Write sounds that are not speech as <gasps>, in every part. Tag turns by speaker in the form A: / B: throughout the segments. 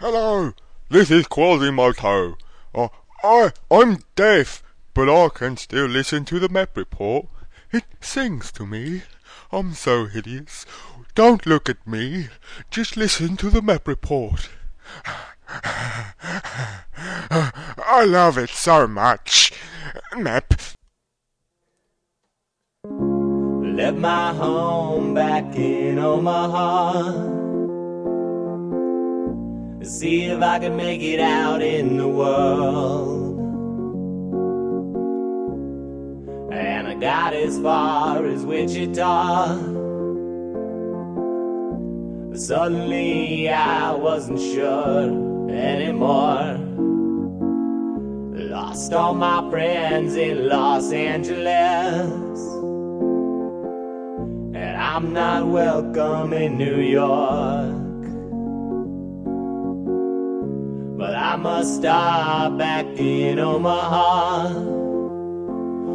A: "Hello! This is Quasimodo. I I'm deaf, but I can still listen to the map report. It sings to me. I'm so hideous. Don't look at me. Just listen to the map report. <sighs> I love it so much. Map."
B: Left my home back in Omaha. To see if I could make it out in the world. And I got as far as Wichita. But suddenly I wasn't sure anymore. Lost all my friends in Los Angeles. And I'm not welcome in New York. But I must stop back in Omaha.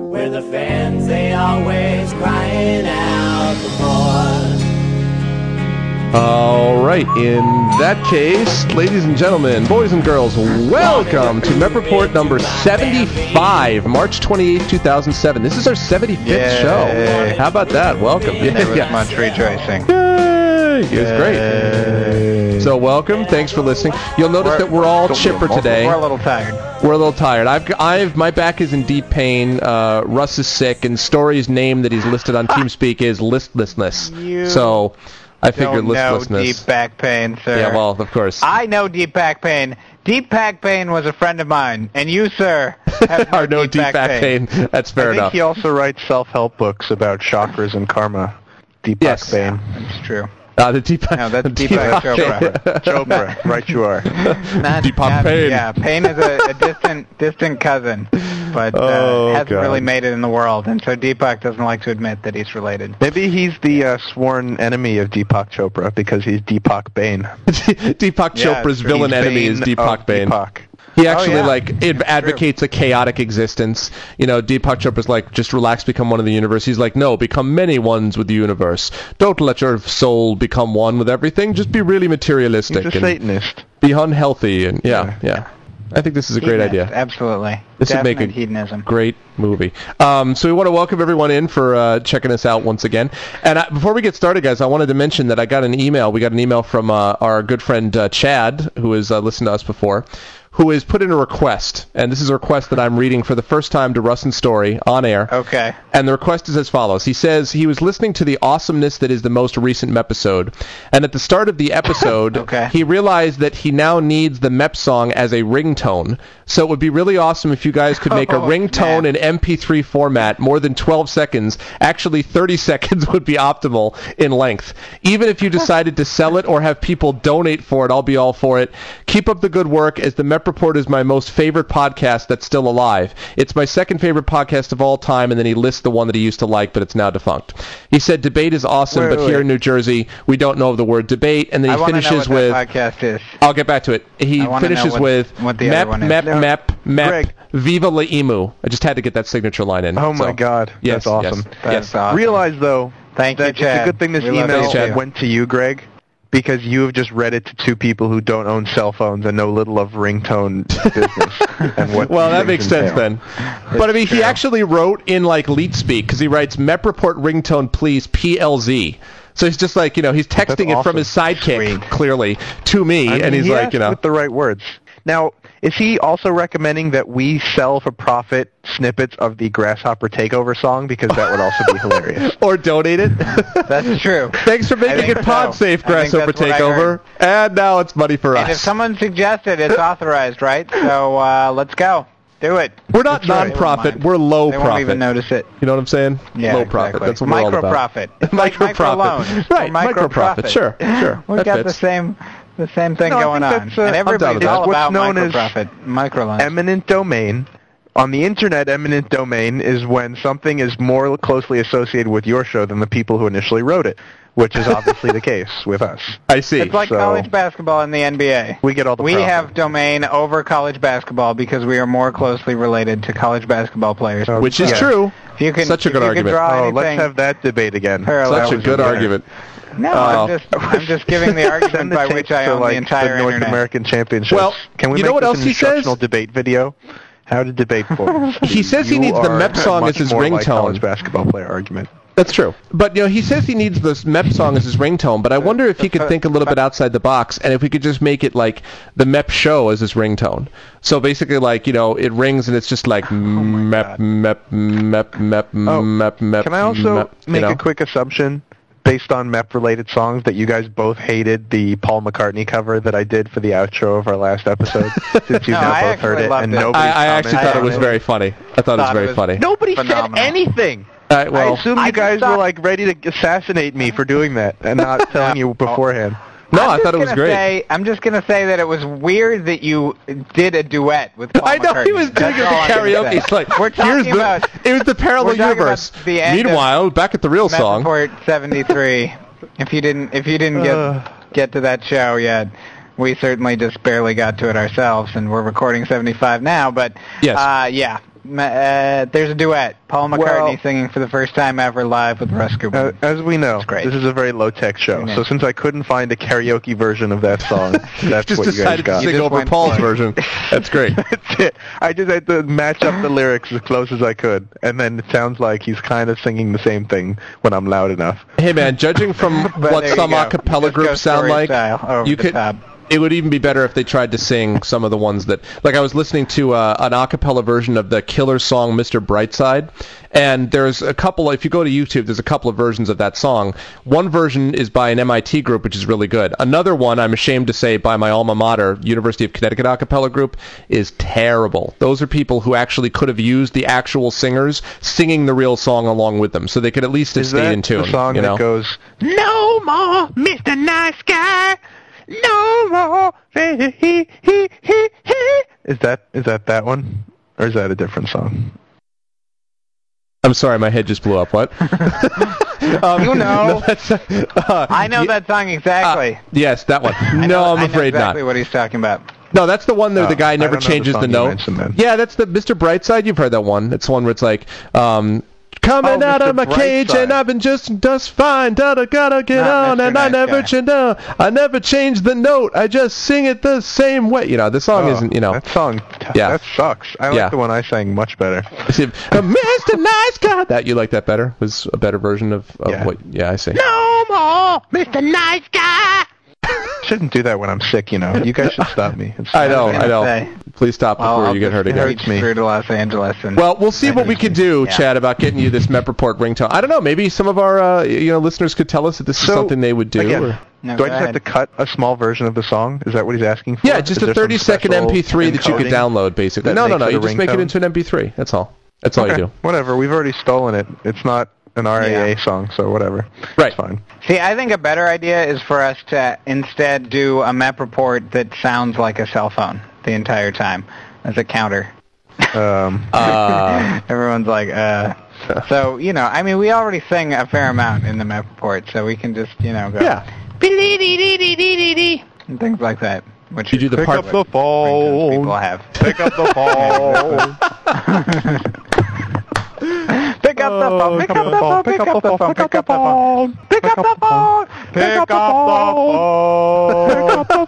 B: Where the fans, they always crying out for more.
C: All right, in that case, ladies and gentlemen, boys and girls, welcome to Mep Report number 75, March 28, 2007. This is our 75th
D: Yay.
C: show. How about that? Welcome. <laughs>
D: It was much rejoicing.
C: Yay! It was great. So welcome. Thanks for listening. You'll notice that we're all chipper today.
D: We're a little tired.
C: We're a little tired. I've, I've, my back is in deep pain. Uh, Russ is sick, and Story's name that he's listed
D: <laughs>
C: on TeamSpeak is listlessness. so I figured
D: Don't know
C: listlessness.
D: deep back pain, sir.
C: yeah, well, of course.
D: I know deep back pain. Deep back pain was a friend of mine, and you,
C: <laughs>
D: sir, have
C: Are no deep back pain. That's fair
E: I think
C: enough.
E: he also writes self-help books about chakras and karma. Deepak
C: Yes.
E: Bain.
D: It's true.
C: Uh, the deep, <laughs>
D: No,
E: <laughs>
D: that's
C: the
D: Deepak Chopra.
E: Chopra, right you are.
D: Not,
C: Deepak
D: not-
C: Pain.
D: Yeah, pain is a, a distant, distant cousin, but uh,
C: Oh,
D: hasn't
C: God.
D: really made it in the world, and so Deepak doesn't like to admit that he's related.
E: Maybe he's the uh, sworn enemy of Deepak Chopra because he's Deepak Bain.
C: <laughs> Deepak <laughs>
E: Yeah,
C: Chopra's
E: he's
C: villain enemy
E: Bain
C: is Deepak Oh,
E: of
C: Bain.
E: Deepak.
C: He actually
D: Oh, yeah.
C: like ad- advocates a chaotic existence. You know, Deepak Chopra's like, just relax, become one of the universe. He's like, no, become many ones with the universe. Don't let your soul become one with everything. Just be really materialistic
E: He's a
C: and
E: Satanist.
C: be unhealthy. And yeah, yeah, I think this is a great
D: Hedonist,
C: idea.
D: Absolutely.
C: This would
D: Definite
C: make a
D: hedonism.
C: great movie. Um, so we want to welcome everyone in for uh, checking us out once again. And I, before we get started, guys, I wanted to mention that I got an email. We got an email from uh, our good friend uh, Chad, who has uh, listened to us before, who has put in a request. And this is a request that I'm reading for the first time to Russ and Story on air.
D: Okay.
C: And the request is as follows. He says he was listening to the awesomeness that is the most recent episode, and at the start of
D: <laughs>
C: the episode,
D: Okay.
C: he realized that he now needs the MEP song as a ringtone. So it would be really awesome if you guys could make a
D: Oh,
C: ringtone
D: snap.
C: in MP3 format, more than 12 seconds. Actually, 30 <laughs> seconds would be optimal in length. Even if you decided to sell it or have people donate for it, I'll be all for it. Keep up the good work, as the MEP Report is my most favorite podcast that's still alive. It's my second favorite podcast of all time, and then he lists the one that he used to like, but it's now defunct. He said, Debate is awesome,
D: Wait,
C: but
D: wait,
C: here
D: wait.
C: in New Jersey, we don't know of the word debate, and then
D: I
C: he
D: want to know
C: finishes
D: what
C: with.
D: that podcast is.
C: I'll get back to it. He
D: I wanna
C: finishes
D: know what-
C: with
D: what the
C: mep,
D: other one is.
C: mep,
D: No.
C: mep, mep,
E: Greg.
C: viva la emu. I just had to get that signature line in.
E: Oh my
C: So,
E: God,
C: Yes,
E: that's awesome.
C: Yes,
D: That's
C: yes.
D: awesome.
E: Realize though,
D: Thank you,
E: that it's
D: Chad.
E: a good thing this
D: We love
E: email
C: you, Chad.
E: went to you, Greg, because you have just read it to two people who don't own cell phones and know little of ringtone <laughs> business and what.
C: Well, that
E: these
C: makes
E: things
C: sense
E: entail.
C: then. But I mean, he actually wrote in like leet speak because he writes mep report ringtone please PLZ. So he's just like you know he's texting it from
E: awesome.
C: his sidekick
D: Sweet.
C: clearly to me,
E: I
C: and
E: mean,
C: he's
E: he
C: like
E: asked
C: you know
D: <laughs>
E: with the right words. Now, is he also recommending that we sell for profit snippets of the Grasshopper Takeover song because that would also
C: <laughs>
E: be hilarious?
C: or donate it. <laughs>
D: That's true.
C: Thanks for making
D: think
C: it pod
D: so.
C: safe,
D: I think
C: Grasshopper
D: that's what I
C: Takeover.
D: heard.
C: And now it's money for
D: And if
C: us.
D: someone suggested, it's authorized, right? So uh, let's go. Do it.
C: We're not
D: That's
C: nonprofit.
D: right. They won't mind.
C: We're low
D: They
C: profit.
D: won't even notice it.
C: You know what I'm saying?
D: Yeah,
C: Low profit.
D: exactly.
C: That's what we're all about.
D: Micro-profit. It's like
C: Micro
D: microloans
C: profit.
D: or
C: Right. Micro profit.
D: microprofit.
C: Sure. Sure.
D: We've
C: that
D: got the
C: fits.
D: same the same thing
E: No, I
D: going
E: think
D: on.
E: that's, uh,
D: and
E: I'm down with
D: everybody's
C: that.
D: all
E: What's
D: about
E: known as
D: microprofit. Microloans.
E: eminent domain. On the internet, eminent domain is when something is more closely associated with your show than the people who initially wrote it, which is obviously
C: <laughs>
E: the case with us.
C: I see.
D: it's like
E: so-
D: college basketball in the NBA.
E: We get all the
D: We
E: profit.
D: have domain over college basketball because we are more closely related to college basketball players.
C: Which is
E: Yeah.
C: true.
D: If you can,
C: Such a
D: if
C: good
D: you
C: argument.
D: Could draw
E: Oh,
D: anything,
E: let's have that debate again.
D: Parallel.
C: Such a
D: was
C: good
D: better.
C: argument.
D: No,
C: Oh.
D: I'm just I'm just
C: <laughs>
D: giving the argument
E: Send the
D: by which
E: tapes
D: I
E: to,
D: own
E: like,
D: the entire
E: North
D: internet.
E: American Championship.
C: Well,
E: can we
C: you
E: make
C: know what
E: this
C: else
E: an
C: he says?
E: instructional debate video? How to debate
C: <laughs>
E: for?
C: He says he needs the MEP song as his
E: Like
C: ringtone.
E: college basketball player argument.
C: That's true. But you know, he says he needs this MEP song as his ringtone, but I wonder if he could think a little bit outside the box and if we could just make it like the MEP show as his ringtone. So basically like, you know, it rings and it's just like MEP MEP MEP MEP MEP MEP.
E: Can I also
C: MEP, you
E: make
C: know?
E: a quick assumption based on MEP related songs that you guys both hated the Paul McCartney cover that I did for the outro of our last episode since you've
D: No,
E: now
D: I
E: both heard
D: actually
E: it
D: loved
E: and
D: it.
E: nobody
C: I, I actually
D: I
C: thought it was
D: honestly
C: very funny. I thought it was
D: thought it
C: very
D: was-
C: funny.
E: Nobody
D: Phenomenal.
E: said anything.
C: All right, well,
E: I assume you
D: I
E: guys
D: thought-
E: were like ready to assassinate me for doing that and not telling you beforehand.
C: no,
D: I'm
C: I
D: just
C: thought it was
D: gonna
C: great.
D: Say, I'm just gonna say that it was weird that you did a duet with Paul
C: <laughs> I know he
D: McCartney.
C: was doing
D: That's
C: it at the
D: all I can
C: karaoke.
D: say.
C: It's like
D: we're talking
C: here's the
D: about
C: <laughs> it was the parallel
D: we're talking about
C: universe.
D: the end of
C: Meanwhile, back at the real song. <laughs>
D: Metaport 73. if you didn't if you didn't get
C: Uh.
E: Ugh.
D: get to that show yet, we certainly just barely got to it ourselves, and we're recording 75 now. But
C: Yes.
D: uh, yeah, Ma- uh, there's a duet. Paul McCartney
E: Well-
D: singing for the first time ever live with Russ Cooper.
E: Uh, as we know,
D: great.
E: this is a very low-tech show.
D: Amen.
E: So since I couldn't find a karaoke version of that song,
C: <laughs>
E: that's
C: just
E: what you guys
C: decided to
E: got.
C: sing
D: just
C: over
D: went
C: Paul's
D: for it.
C: version. That's
D: <laughs>
C: great.
E: That's it. I just had to match
C: <sighs>
E: up the lyrics as close as I could, and then it sounds like he's kind of singing the same thing when I'm loud enough.
C: Hey man, judging from
D: But
C: what
D: there you
C: some
D: go.
C: a cappella
D: Just go
C: groups sound
D: story
C: like,
D: style over
C: you
D: the
C: could.
D: top.
C: It would even be better if they tried to sing some of the ones that, like, I was listening to uh, an a cappella version of the killer song "Mr. Brightside," and there's a couple. If you go to YouTube, there's a couple of versions of that song. One version is by an MIT group, which is really good. Another one, I'm ashamed to say, by my alma mater, University of Connecticut a cappella group, is terrible. Those are people who actually could have used the actual singers singing the real song along with them, so they could at least have
E: Is
C: stayed
E: that
C: in tune.
E: the song
C: you know?
E: that goes, "No more, Mr. Nice Guy, no more"? He, he, he, he, he." Is that is that that one, or is that a different song?
C: I'm sorry, my head just blew up.
E: <laughs>
C: What? um,
D: You know.
C: <laughs> that's, uh,
D: I know
C: y-
D: that song
C: uh,
D: exactly.
C: yes, that
E: <laughs>
C: one.
D: I
C: no,
D: know-
C: I'm
D: I know
C: afraid
D: exactly
C: not.
D: what he's talking about.
C: No, that's the one that the
E: Oh,
C: guy
E: I
C: never
E: don't know the
C: changes the,
E: song you
C: note.
E: mentioned then.
C: Yeah, that's the Mr. Brightside. You've heard that one. It's the one where it's like, um, coming
E: Oh,
C: out
E: Mr.
C: of my cage and
E: Brightside.
C: I've been just just fine. Da da gotta get
D: Not
C: on
D: Mr.
C: and I
D: Nice
C: never
D: Guy.
C: change. uh, I never change the note. I just sing it the same way. You know, the song
E: Oh,
C: isn't. You know,
E: that song.
C: Yeah.
E: that sucks. I like
C: Yeah.
E: the one I sang much better.
C: See if- uh, Mr. Nice Guy. That you like that better was a better version of, of
E: Yeah.
C: what? Yeah, I see.
E: No more, Mr. Nice Guy. <laughs> Shouldn't do that when I'm sick, you know. You guys should stop me. It's-
C: I know, I
D: gonna
C: know.
D: say.
C: Please stop before
D: I'll- I'll
C: you get hurt
D: just
C: again.
D: reach
E: Hurts me.
D: Through to Los Angeles and
C: Well, we'll see what we can do,
D: Yeah.
C: Chad, about getting you this MEP report ringtone. I don't know. Maybe some of our uh, you know listeners could tell us that this is
E: So,
C: something they would do.
E: again,
C: or-
D: No,
E: do
D: go
E: I just
D: ahead.
E: have to cut a small version of the song? Is that what he's asking for?
C: yeah, just
E: Is
C: a
E: there some
C: 30 second
E: special
C: MP3 that you could
E: encoding?
C: download, basically.
E: that
C: No, no,
E: makes
C: no.
E: it a
C: You just make it
E: ringtone?
C: into an MP3. That's all. That's all
E: Okay,
C: you do.
E: Whatever. We've already stolen it. It's not an RAA song, so whatever.
C: Right.
E: It's fine.
D: See, I think a better idea is for us to instead do a map report that sounds like a cell phone the entire time as a counter. <laughs>
E: Um,
D: Everyone's like, uh. So, you know, I mean, we already sing a fair amount in the map report, so we can just, you know, go.
C: Yeah.
D: "Bee-dee-dee-dee-dee-dee-dee," And things like that. Which
C: You do the
E: pick
C: part-
E: up the
D: ringtones People
E: phone.
D: have.
E: Pick up the <laughs> phone.
D: Pick up the phone, pick up the
E: Oh,
D: phone, pick up the phone, pick up the phone.
E: Pick up the phone. Pick up the phone. Pick up the phone.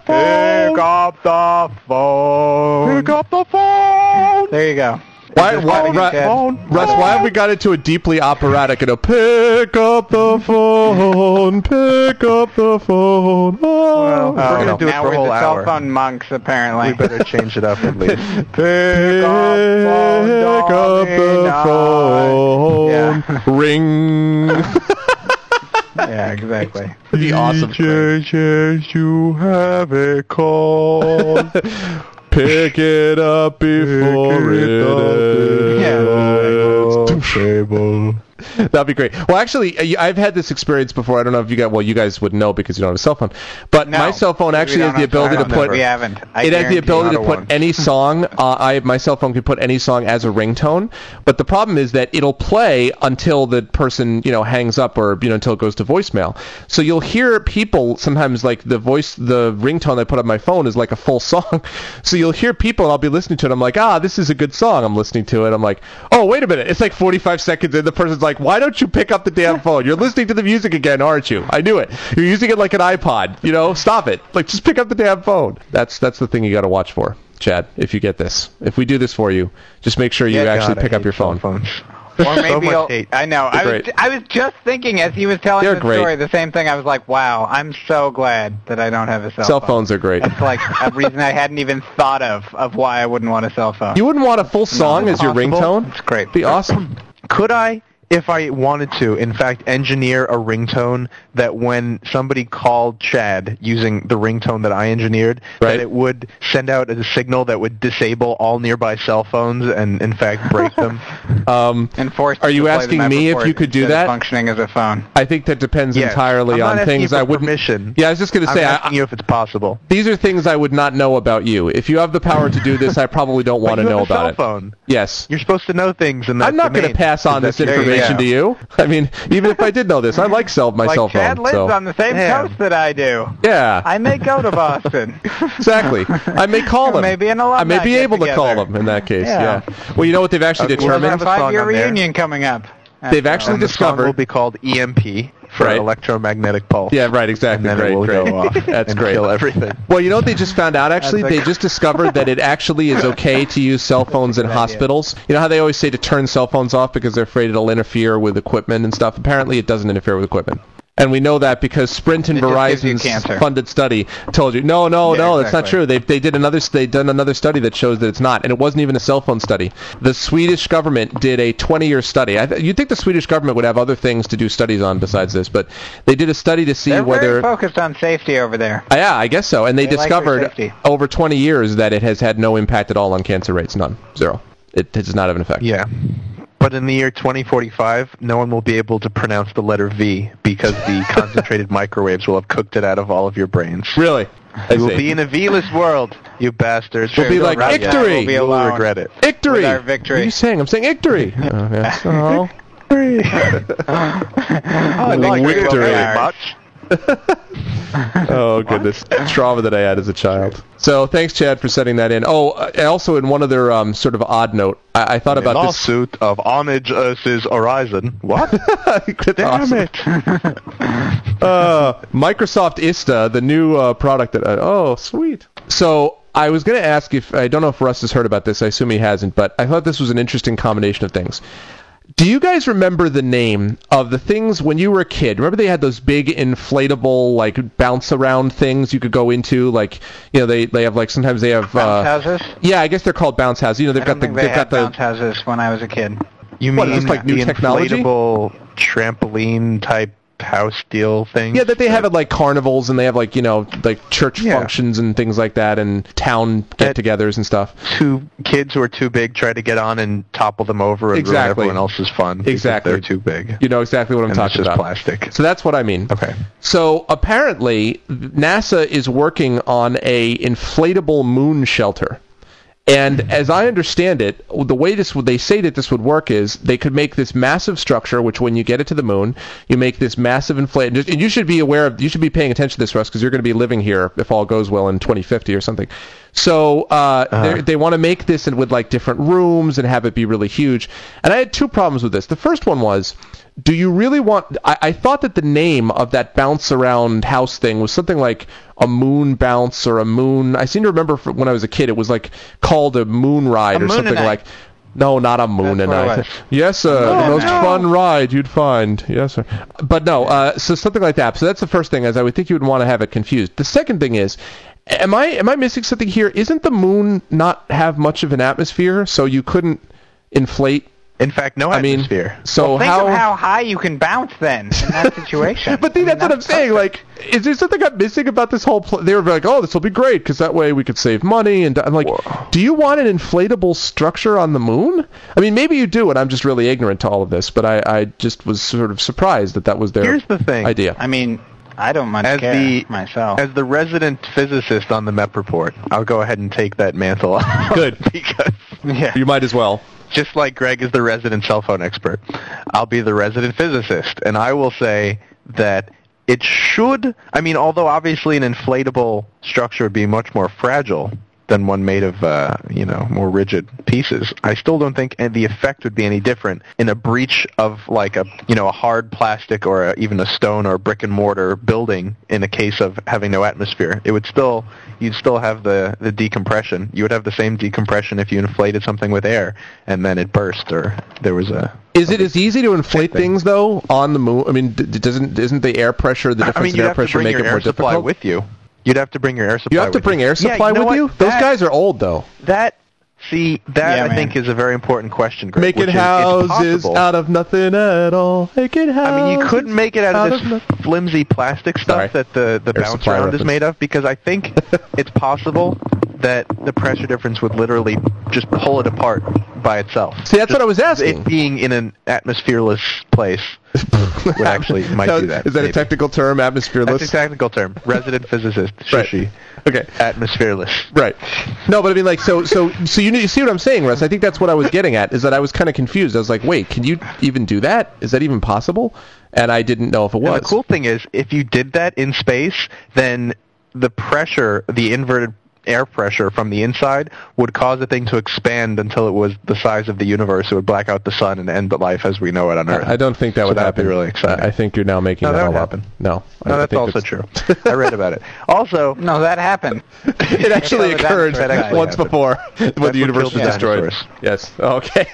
E: Pick up the phone.
D: There you go.
C: Why,
D: Just
C: why,
D: gotta get
C: Ru-
D: Chad.
C: Russ, why have we got into a deeply operatic, you know, pick up the phone, pick up the phone. Oh,
E: Well, we're
C: you
E: gonna
C: know.
E: do it
D: now
E: for a
D: we're
E: whole
D: the
E: hour.
D: cell phone monks, apparently. <laughs>
E: We better change it up at <laughs> least.
C: Pick
D: up
C: up the phone.
D: Yeah.
C: <laughs> Ring.
D: yeah, <laughs> exactly.
C: Pretty awesome.
E: yes, you have a call. <laughs>
C: Pick it up before it, ends.
E: table.
C: That'd be great. Well, actually, I- I've had this experience before. I don't know if you got. Well, you guys would know because you don't have a cell phone. But
D: No,
C: my cell phone
D: we
C: actually has
D: don't
C: the
D: have
C: ability to
D: cell phones.
C: put.
D: We haven't. I
C: it has the
D: guarantee
C: ability
D: not
C: to
D: a
C: put
D: one.
C: any song. Uh, I my cell phone can put any song as a ringtone. But the problem is that it'll play until the person you know hangs up or you know until it goes to voicemail. So you'll hear people sometimes like the voice the ringtone I put on my phone is like a full <laughs> song. So you'll hear people and I'll be listening to it. I'm like, ah, this is a good song. I'm listening to it. I'm like, oh wait a minute, it's like 45 seconds in. The person's like, Why don't you pick up the damn phone? You're listening to the music again, aren't you? I knew it. You're using it like an iPod. You know, stop it. Like, just pick up the damn phone. That's that's the thing you got to watch for, Chad. If you get this, if we do this for you, just make sure you
E: Yeah,
C: actually
E: God, I
C: pick up
E: hate
C: your phone.
E: Phones.
D: Or
E: so
D: maybe
E: much
D: you'll-
E: hate.
D: I know. I was,
C: great.
D: I was just thinking as he was telling
C: They're
D: the
C: great.
D: story the same thing. I was like, wow, I'm so glad that I don't have a cell,
C: Cell
D: phone.
C: phones are great.
D: That's like a reason I hadn't even thought of of why I wouldn't want a cell phone.
C: You wouldn't want a full song as your
E: possible.
C: ringtone?
D: It's great.
C: Be awesome.
E: Could I, if I wanted to, in fact, engineer a ringtone that when somebody called Chad using the ringtone that I engineered,
C: Right.
E: that it would send out a signal that would disable all nearby cell phones and, in fact, break them?
C: <laughs> Um,
D: and forced
C: Are
D: to
C: you
D: play the
C: asking
D: map
C: me if
D: report
C: you could do
D: instead
C: that?
D: of Functioning as a phone.
C: I think that depends
E: Yes.
C: entirely
E: I'm not
C: on
E: asking
C: things
E: you for
C: I wouldn't.
E: permission.
C: Yeah, I was just going to
E: I'm
C: say, I,
E: asking you if it's possible.
C: these are things I would not know about you. If you have the power to do this, I probably don't want to
E: But you
C: know
E: have a
C: about
E: cell
C: it.
E: phone.
C: Yes.
E: You're supposed to know things, and
C: I'm not going to pass on this
D: you
C: information
D: go.
C: to you. I mean, even if I did know this, I like cell, my
D: Like
C: cell
D: Chad
C: phone.
D: lives
C: so.
D: on the same
E: Damn.
D: coast that I do.
C: yeah.
D: I <laughs> may go
C: <laughs>
D: to Boston.
C: Exactly. I may call him.
D: Maybe an
C: I may
D: alumni
C: be able to call
D: get-together.
C: him in that case. Yeah.
D: Yeah.
C: Well, you know what they've actually
E: we'll
D: There's
C: determined?
E: have
D: a
E: a song
D: five-year
E: on there.
D: reunion coming up.
C: They've actually
E: The song will
C: discovered.
E: be called E EMP for
C: Right.
E: electromagnetic pulse.
C: Yeah, right. Exactly.
E: And then
C: Great,
E: it will
C: great.
E: go
C: <laughs>
E: off
C: That's
E: and
C: great.
E: kill everything.
C: Well, you know what they just found out actually?
D: That's a-
C: They just discovered that it actually is okay to use cell phones in hospitals. You know how they always say to turn cell phones off because they're afraid it'll interfere with equipment and stuff? Apparently, it doesn't interfere with equipment. And we know that because Sprint and
D: It just gives you
C: Verizon's
D: cancer.
C: funded study told you. No, no,
D: Yeah,
C: no, that's not
D: exactly.
C: true. They they did another they done another study that shows that it's not, and it wasn't even a cell phone study. The Swedish government did a 20 year study. I th- you'd think the Swedish government would have other things to do studies on besides this, but they did a study to see
D: They're
C: whether
D: very focused on safety over there.
C: Uh, yeah, I guess so. And they,
D: They like their
C: discovered
D: safety.
C: over 20 years that it has had no impact at all on cancer rates. None. Zero. It does not have an effect.
E: Yeah. But in the year 2045, no one will be able to pronounce the letter V because
C: <laughs>
E: the concentrated microwaves will have cooked it out of all of your brains.
C: Really? I
E: You will
C: see.
E: be in a V-less world, you bastards.
C: We'll be
E: You'll
C: like,
E: regret it.
C: "Victory!"
E: You'll
D: We'll be alone.
E: regret it.
C: Ictory.
D: with our victory.
C: What are you saying? I'm saying
D: <laughs>
C: ictory. oh, yeah. oh.
E: I
C: like
E: regret
C: victory.
E: very much.
C: Oh, goodness. Trauma that I had as a child. So thanks, Chad, for setting that in. Oh, uh, also in one other um, sort of odd note, I, I thought about this.
E: Lawsuit of Onage versus Horizon.
C: <laughs>
E: What?
C: Damn
E: it.
C: uh, Microsoft Ista, the new uh, product that. Uh, oh, sweet. So I was going to ask if I don't know if Russ has heard about this. I assume he hasn't, but I thought this was an interesting combination of things. Do you guys remember the name of the things when you were a kid? Remember they had those big inflatable like bounce around things you could go into, like you know they they have like sometimes they have
D: Bounce
C: uh,
D: houses?
C: yeah I guess they're called bounce houses. You know they've
D: I don't
C: got the
D: think they
C: they've got
D: had
C: the
D: bounce houses when I was a kid.
E: You
C: What,
E: mean
C: is this, like, new
E: the
C: technology?
E: inflatable trampoline type house deal thing?
C: Yeah, that they have at like carnivals and they have like you know like church
E: Yeah.
C: functions and things like that and town
E: That-
C: get-togethers and stuff.
E: two kids who are too big try to get on and topple them over and
C: Exactly.
E: ruin everyone else's fun. because
C: Exactly.
E: They're too big.
C: You know exactly what I'm
E: and it's
C: talking
E: just
C: about.
E: plastic.
C: So that's what I mean.
E: Okay.
C: So apparently NASA is working on a inflatable moon shelter. And as I understand it, the way this would- they say that this would work is they could make this massive structure, which when you get it to the moon, you make this massive inflate. And, just, and you should be aware of, you should be paying attention to this, Russ, because you're going to be living here if all goes well in 2050 or something. So uh, they're- they want to make this and with like different rooms and have it be really huge. And I had two problems with this. The first one was, do you really want? I, I thought that the name of that bounce around house thing was something like a moon bounce or a moon. I seem to remember from when I was a kid, it was like called a moon ride or something
D: moonanite.
C: like. No, not a moon and
D: what it
C: I.
D: was. Oh,
C: Yes, sir. the most fun ride you'd find. Yes, sir. But no, uh, so something like that. So that's the first thing is I would think you would want to have it confused. The second thing is, am I am I missing something here? Isn't the moon not have much of an atmosphere, so you couldn't inflate?
E: In fact, no
C: I mean,
E: atmosphere.
C: so
D: Think of how high you can bounce then in that situation.
C: But see,
D: I mean,
C: that's what I'm saying. Like, is there something I'm missing about this whole? Pl- they were like, "Oh, this will be great because that way we could save money." And I'm like, "Do you want an inflatable structure on the moon?" I mean, maybe you do, and I'm just really ignorant to all of this. But I, I just was sort of surprised that that was their
E: Here's the thing.
C: idea.
D: I mean, I don't much
E: As
D: care
E: the-
D: myself.
E: As the resident physicist on the MEP report, I'll go ahead and take that mantle on.
C: Good.
E: <laughs> because
D: yeah.
C: you might as well.
E: just like Greg is the resident cell phone expert, I'll be the resident physicist, and I will say that it should. I mean, although obviously an inflatable structure would be much more fragile than one made of uh, you know more rigid pieces. I still don't think and the effect would be any different in a breach of like a you know a hard plastic or a, even a stone or brick and mortar building. In the case of having no atmosphere, it would still you'd still have the the decompression. You would have the same decompression if you inflated something with air and then it burst or there was a
C: Is it as easy to inflate things though on the moon? I mean, d- d- doesn't isn't the air pressure the difference
E: I mean,
C: in
E: you'd
C: air
E: have to
C: pressure
E: bring
C: make
E: your
C: it
E: air
C: more
E: supply
C: difficult?
E: with you. You'd have to bring your air supply.
C: you have to
E: with
C: bring air
E: Yeah, you
C: supply
E: know
C: with
E: what?
C: you. Those
E: That-
C: guys are old though.
E: That see that
D: Yeah,
E: I
D: man.
E: think is a very important question. Greg,
C: Making
E: which is, it's
C: houses
E: possible.
C: out of nothing at all. Making houses.
E: I mean, you couldn't make it out
C: out
E: of
C: of
E: this
C: nothing.
E: flimsy plastic
C: Sorry.
E: stuff that the the
C: Air
E: bounce
C: supply
E: round
C: reference.
E: is made of because
C: <laughs>
E: I think it's possible that the pressure difference would literally just pull it apart by itself.
C: See, that's what I was asking.
E: It being in an atmosphereless
C: <laughs>
E: place would actually might do that.
C: Is that a
E: maybe.
C: technical term? Atmosphereless.
E: That's a technical term. Resident physicist,
C: Right.
E: Shishi.
C: Okay.
E: Atmosphereless.
C: Right. No, but I mean, like, so, so, so you, you see what I'm saying, Russ? I think that's what I was getting at. Is that I was kind of confused. I was like, wait, can you even do that? Is that even possible? And I didn't know if it was.
E: And the cool thing is, if you did that in space, then the pressure, the inverted air pressure from the inside, would cause the thing to expand until it was the size of the universe. It would black out the sun and end the life as we know it on Earth.
C: I don't think that
E: So
C: would
E: that'd be
C: happen.
E: really exciting.
C: I I think you're now making
E: No,
C: that,
E: that
C: all
E: would
C: up.
E: happen.
C: No,
E: no,
C: I
E: that's
C: think
E: also
C: that's-
E: true. I read
C: <laughs>
E: about it. Also,
D: No, that happened.
E: <laughs>
C: It actually
D: Yeah, that
C: occurred
D: actually
C: once
E: happened.
C: before when
E: what
C: the universe
E: killed
C: was
E: the
C: destroyed.
E: dinosaurs.
C: Yes. <laughs> Okay.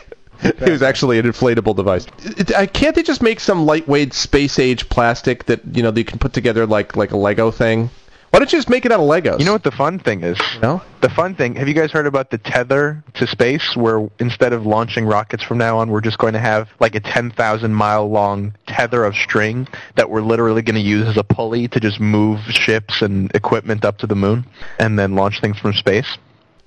C: It was actually an inflatable device. It- I can't they just make some lightweight space age plastic that you know that you can put together like like a Lego thing? Why don't you just make it out of Legos?
E: You know what the fun thing is?
C: No?
E: The fun thing. Have you guys heard about the tether to space, where instead of launching rockets from now on, we're just going to have like a 10,000 mile long tether of string that we're literally going to use as a pulley to just move ships and equipment up to the moon, and then launch things from space.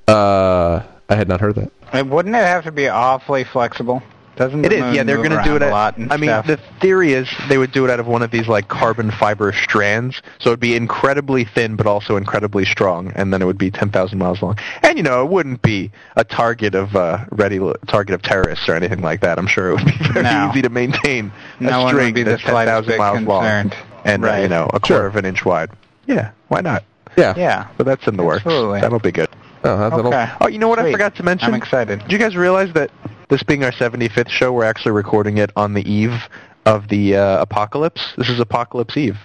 C: Uh, I had not heard that.
D: Uh, Wouldn't it have to be awfully flexible? Doesn't
E: It
D: the
E: is.
D: moon
E: Yeah, they're
D: move
E: going to
D: around
E: do it.
D: a
E: at-
D: lot. And
E: I mean,
D: stuff?
E: the theory is they would do it out of one of these like carbon fiber strands, so it'd be incredibly thin but also incredibly strong, and then it would be 10,000 miles long. And you know, it wouldn't be a target of uh, ready target of terrorists or anything like that. I'm sure it would be <laughs> very
D: No.
E: easy to maintain a
D: No one would
E: string
D: be the
E: that's
D: slightest
E: 10,000
D: bit
E: miles
D: concerned.
E: long and uh, you
D: Right.
E: know a quarter of an inch wide. Yeah, why not?
C: Yeah.
D: yeah.
E: But that's in the works.
D: Absolutely.
E: That'll be good.
C: Oh, that- that'll-
D: Okay.
E: Oh, you know what I
D: Sweet.
E: forgot to mention?
D: I'm excited.
E: Did you guys realize that this being our 75th show, we're actually recording it on the eve of the uh, apocalypse? This is Apocalypse Eve,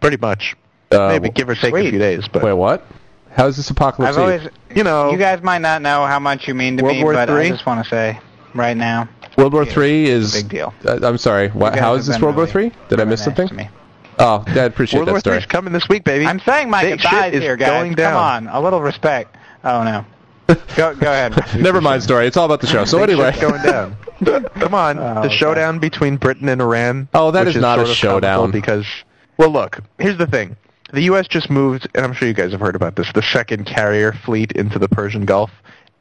E: pretty much.
C: Uh,
E: Maybe give or take a
D: sweet.
E: few days, but
C: Wait, what? How is this apocalypse?
D: I've always,
E: you know,
D: you guys might not know how much you mean to
E: World
D: me,
E: War
D: but
E: III?
D: I just want to say right now,
C: World War Three is
D: big deal.
C: Uh, I'm sorry. What,
D: guys
C: how
D: have
C: is this
D: been
C: World War
D: really
C: Three? Did I miss
D: nice to
C: something?
D: me.
C: Oh, yeah, I appreciate
E: World
C: that
E: War
C: story.
E: III's coming this week, baby.
D: I'm saying my
E: Big
D: goodbyes
E: shit is
D: here, guys.
E: going down.
D: Come on, a little respect. Oh
E: <laughs>
D: no. go go ahead.
C: Never mind, story. It's all about the show. So
E: Big
C: anyway,
E: shit's going down. Come on, the
D: Oh, okay.
E: showdown between Britain and Iran.
C: Oh, that
E: which
C: is not a
E: sort of
C: showdown.
E: comical because, well, look, here's the thing: the U.S. just moved, and I'm sure you guys have heard about this, the second carrier fleet into the Persian Gulf.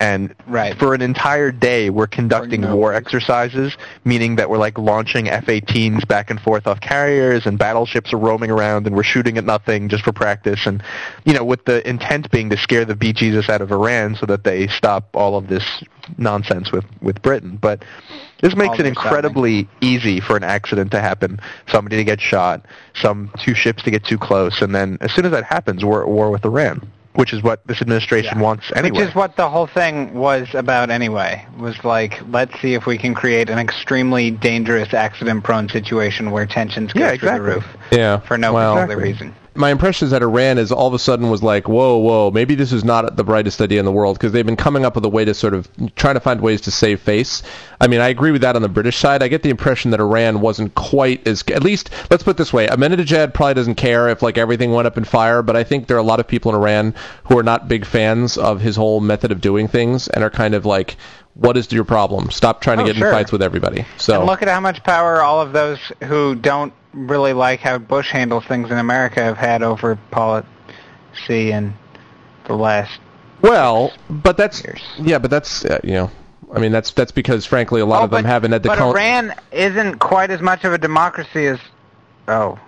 E: And
D: Right.
E: for an entire day, we're conducting
D: no
E: war exercises, meaning that we're like launching F-18s back and forth off carriers, and battleships are roaming around, and we're shooting at nothing just for practice, and you know, with the intent being to scare the bejesus out of Iran so that they stop all of this nonsense with with Britain. But this makes
D: All
E: it
D: their shopping.
E: incredibly easy for an accident to happen, somebody to get shot, some two ships to get too close, and then as soon as that happens, we're at war with Iran, which is what this administration wants anyway.
D: Which is what the whole thing was about anyway. Was like, let's see if we can create an extremely dangerous, accident-prone situation where tensions go
E: Yeah,
D: through
E: exactly.
D: the roof
C: <laughs> yeah.
D: for no
C: well,
D: particular reason.
C: my impression is that Iran is all of a sudden was like, whoa, whoa, maybe this is not the brightest idea in the world because they've been coming up with a way to sort of trying to find ways to save face. I mean, I agree with that on the British side. I get the impression that Iran wasn't quite as, at least, let's put it this way, Ahmadinejad probably doesn't care if like everything went up in fire, but I think there are a lot of people in Iran who are not big fans of his whole method of doing things and are kind of like, what is your problem? Stop trying to
D: Oh,
C: get
D: sure.
C: in fights with everybody. So
D: And look at how much power all of those who don't really like how Bush handles things in America have had over policy in the last.
C: Well, but that's
D: years.
C: yeah, but that's uh, you know, I mean that's that's because frankly a lot
D: Oh,
C: of them
D: but-
C: haven't had the
D: but
C: cul-
D: Iran isn't quite as much of a democracy as. Oh,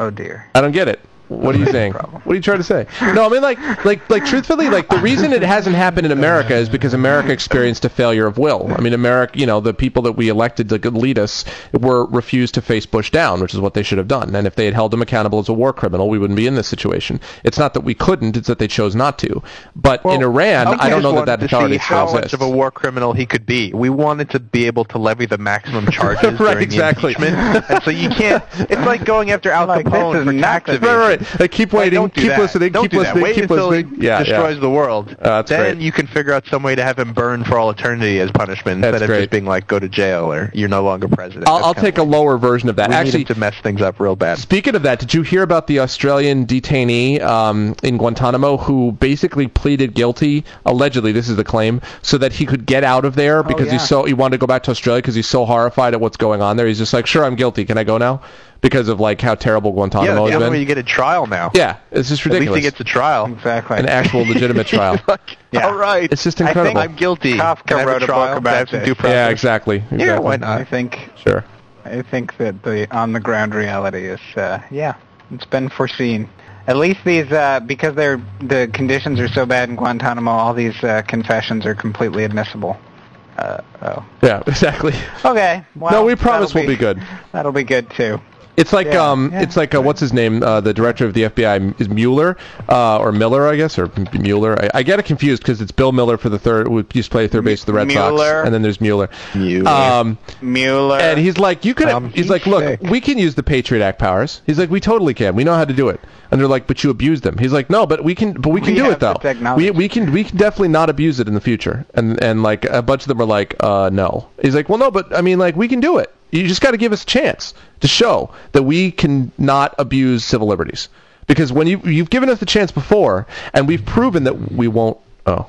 D: oh dear.
C: I don't get it. What are you saying? What are you trying to say? No, I mean like like like truthfully, like the reason it hasn't happened in America is because America experienced a failure of will. I mean, America, you know, the people that we elected to lead us were refused to face Bush down, which is what they should have done. And if they had held him accountable as a war criminal, we wouldn't be in this situation. It's not that we couldn't; it's that they chose not to. But in Iran, I don't know that that
E: to see
C: mentality
E: how
C: still
E: much
C: exists.
E: of a war criminal he could be. We wanted to be able to levy the <laughs> maximum charges
C: Right,
E: during
C: exactly.
E: the impeachment, and so you can't. It's like going after Al
D: Like, this
E: Capone
D: is
E: for tax
D: nothing.
E: evasion.
C: Right, right, right. Like, keep
E: Like,
C: waiting,
E: don't do
C: keep
E: that.
C: listening,
E: Don't
C: keep
E: do that.
C: listening,
E: Wait
C: keep
E: until
C: listening.
E: He
C: Yeah,
E: destroys
C: yeah.
E: the world.
C: Oh, that's
E: then
C: great.
E: you can figure out some way to have him burn for all eternity as punishment
C: That's
E: instead of
C: great.
E: just being like, go to jail or you're no longer president.
C: I'll,
E: That's
C: I'll
E: kinda
C: take a lower version of that.
E: we
C: Actually,
E: need him to mess things up real bad.
C: Speaking of that, did you hear about the Australian detainee um, in Guantanamo who basically pleaded guilty, allegedly, this is the claim, so that he could get out of
E: Oh,
C: there because
D: yeah.
C: he's so he wanted to go back to Australia because he's so horrified at what's going on there. He's just like, sure, I'm guilty. Can I go now? Because of like how terrible
E: Yeah,
C: Guantanamo
E: that's the
C: has
E: only way
C: been.
E: you get a trial now.
C: yeah, it's just
E: At least
C: ridiculous.
E: he gets a trial.
D: Exactly.
C: an
D: <laughs>
C: actual legitimate
E: <laughs>
C: trial.
E: Like,
D: Yeah.
E: All right.
C: It's just
E: I think
C: incredible.
E: I'm guilty.
D: Kafka
E: Can I have
D: wrote a book
E: trial? Can I
D: about
E: have some
D: this.
E: due process?
C: yeah, exactly.
E: Yeah,
C: exactly.
E: why not?
D: I think
C: Sure.
D: I think that the on the ground reality is uh, yeah, it's been foreseen. At least these uh, because they're the conditions are so bad in Guantanamo, all these uh, confessions are completely admissible. Uh, oh.
C: Yeah, <laughs> exactly.
D: Okay. Well,
C: no, we promise
D: that'll
C: we'll be good.
D: That'll be good too.
C: It's like
D: Yeah,
C: um,
D: yeah.
C: it's like uh, what's his name? Uh, the director of the FBI M- is Mueller, uh, or Miller, I guess, or M- Mueller. I, I get it confused because it's Bill Miller for the third, who used to play third base for the Red
D: Mueller.
C: Sox, and then there's Mueller.
E: Mueller.
C: Um,
D: Mueller.
C: and he's like, you could.
E: Um,
C: he's
E: he's
C: like, look,
E: sick.
C: we can use the Patriot Act powers. He's like, we totally can. We know how to do it. And they're like, but you abused them. He's like, no, but we can. But we can
D: We
C: do
D: have
C: it though.
D: the technology.
C: We we can we can definitely not abuse it in the future. And and like a bunch of them are like, uh, no. He's like, well, no, but I mean, like we can do it. You just got to give us a chance to show that we can not abuse civil liberties. Because when you you've given us the chance before, and we've proven that we won't. Oh,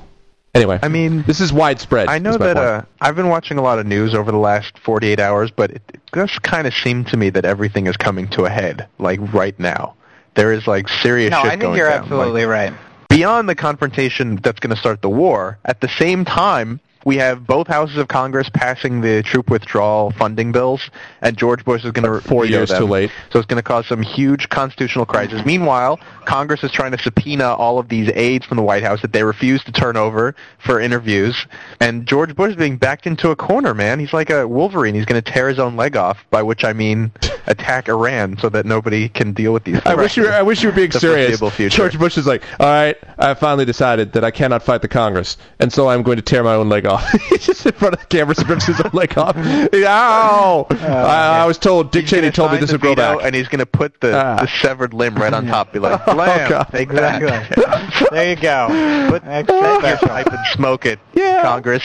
C: anyway.
E: I mean,
C: this is widespread.
E: I know
C: is my
E: that
C: point.
E: uh, I've been watching a lot of news over the last 48 hours, but it it does kind of seem to me that everything is coming to a head, like right now. There is like serious
D: no,
E: shit
D: I think
E: going
D: you're
E: down, like,
D: absolutely right.
E: beyond the confrontation that's going to start the war, at the same time, we have both houses of Congress passing the troop withdrawal funding bills, and George Bush is going to
C: Four years too late.
E: So it's going to cause some huge constitutional crisis. Meanwhile, Congress is trying to subpoena all of these aides from the White House that they refuse to turn over for interviews, and George Bush is being backed into a corner. Man, he's like a Wolverine. He's going to tear his own leg off. By which
C: <laughs>
E: I mean attack Iran so that nobody can deal with these.
C: I wish you were, I wish you were being
E: The
C: serious.
E: foreseeable future.
C: George Bush is like, all right, I finally decided that I cannot fight the Congress, and so I'm going to tear my own leg off. <laughs> He's just in front of the camera, strips his own leg off. <laughs>
E: <laughs>
C: Ow! I, I was told Dick
E: Uh, He's gonna
C: Cheney told me
E: sign
C: this
E: the
C: would grow
E: veto,
C: back.
E: And he's going to put the,
C: Ah. Oh,
E: the severed limb right on top.
C: <laughs>
E: Be like, blam,
C: God.
E: take that. <laughs>
D: Exactly. Oh, <laughs> there you go. Put
E: Take your pipe and smoke it,
C: Yeah.
E: Congress.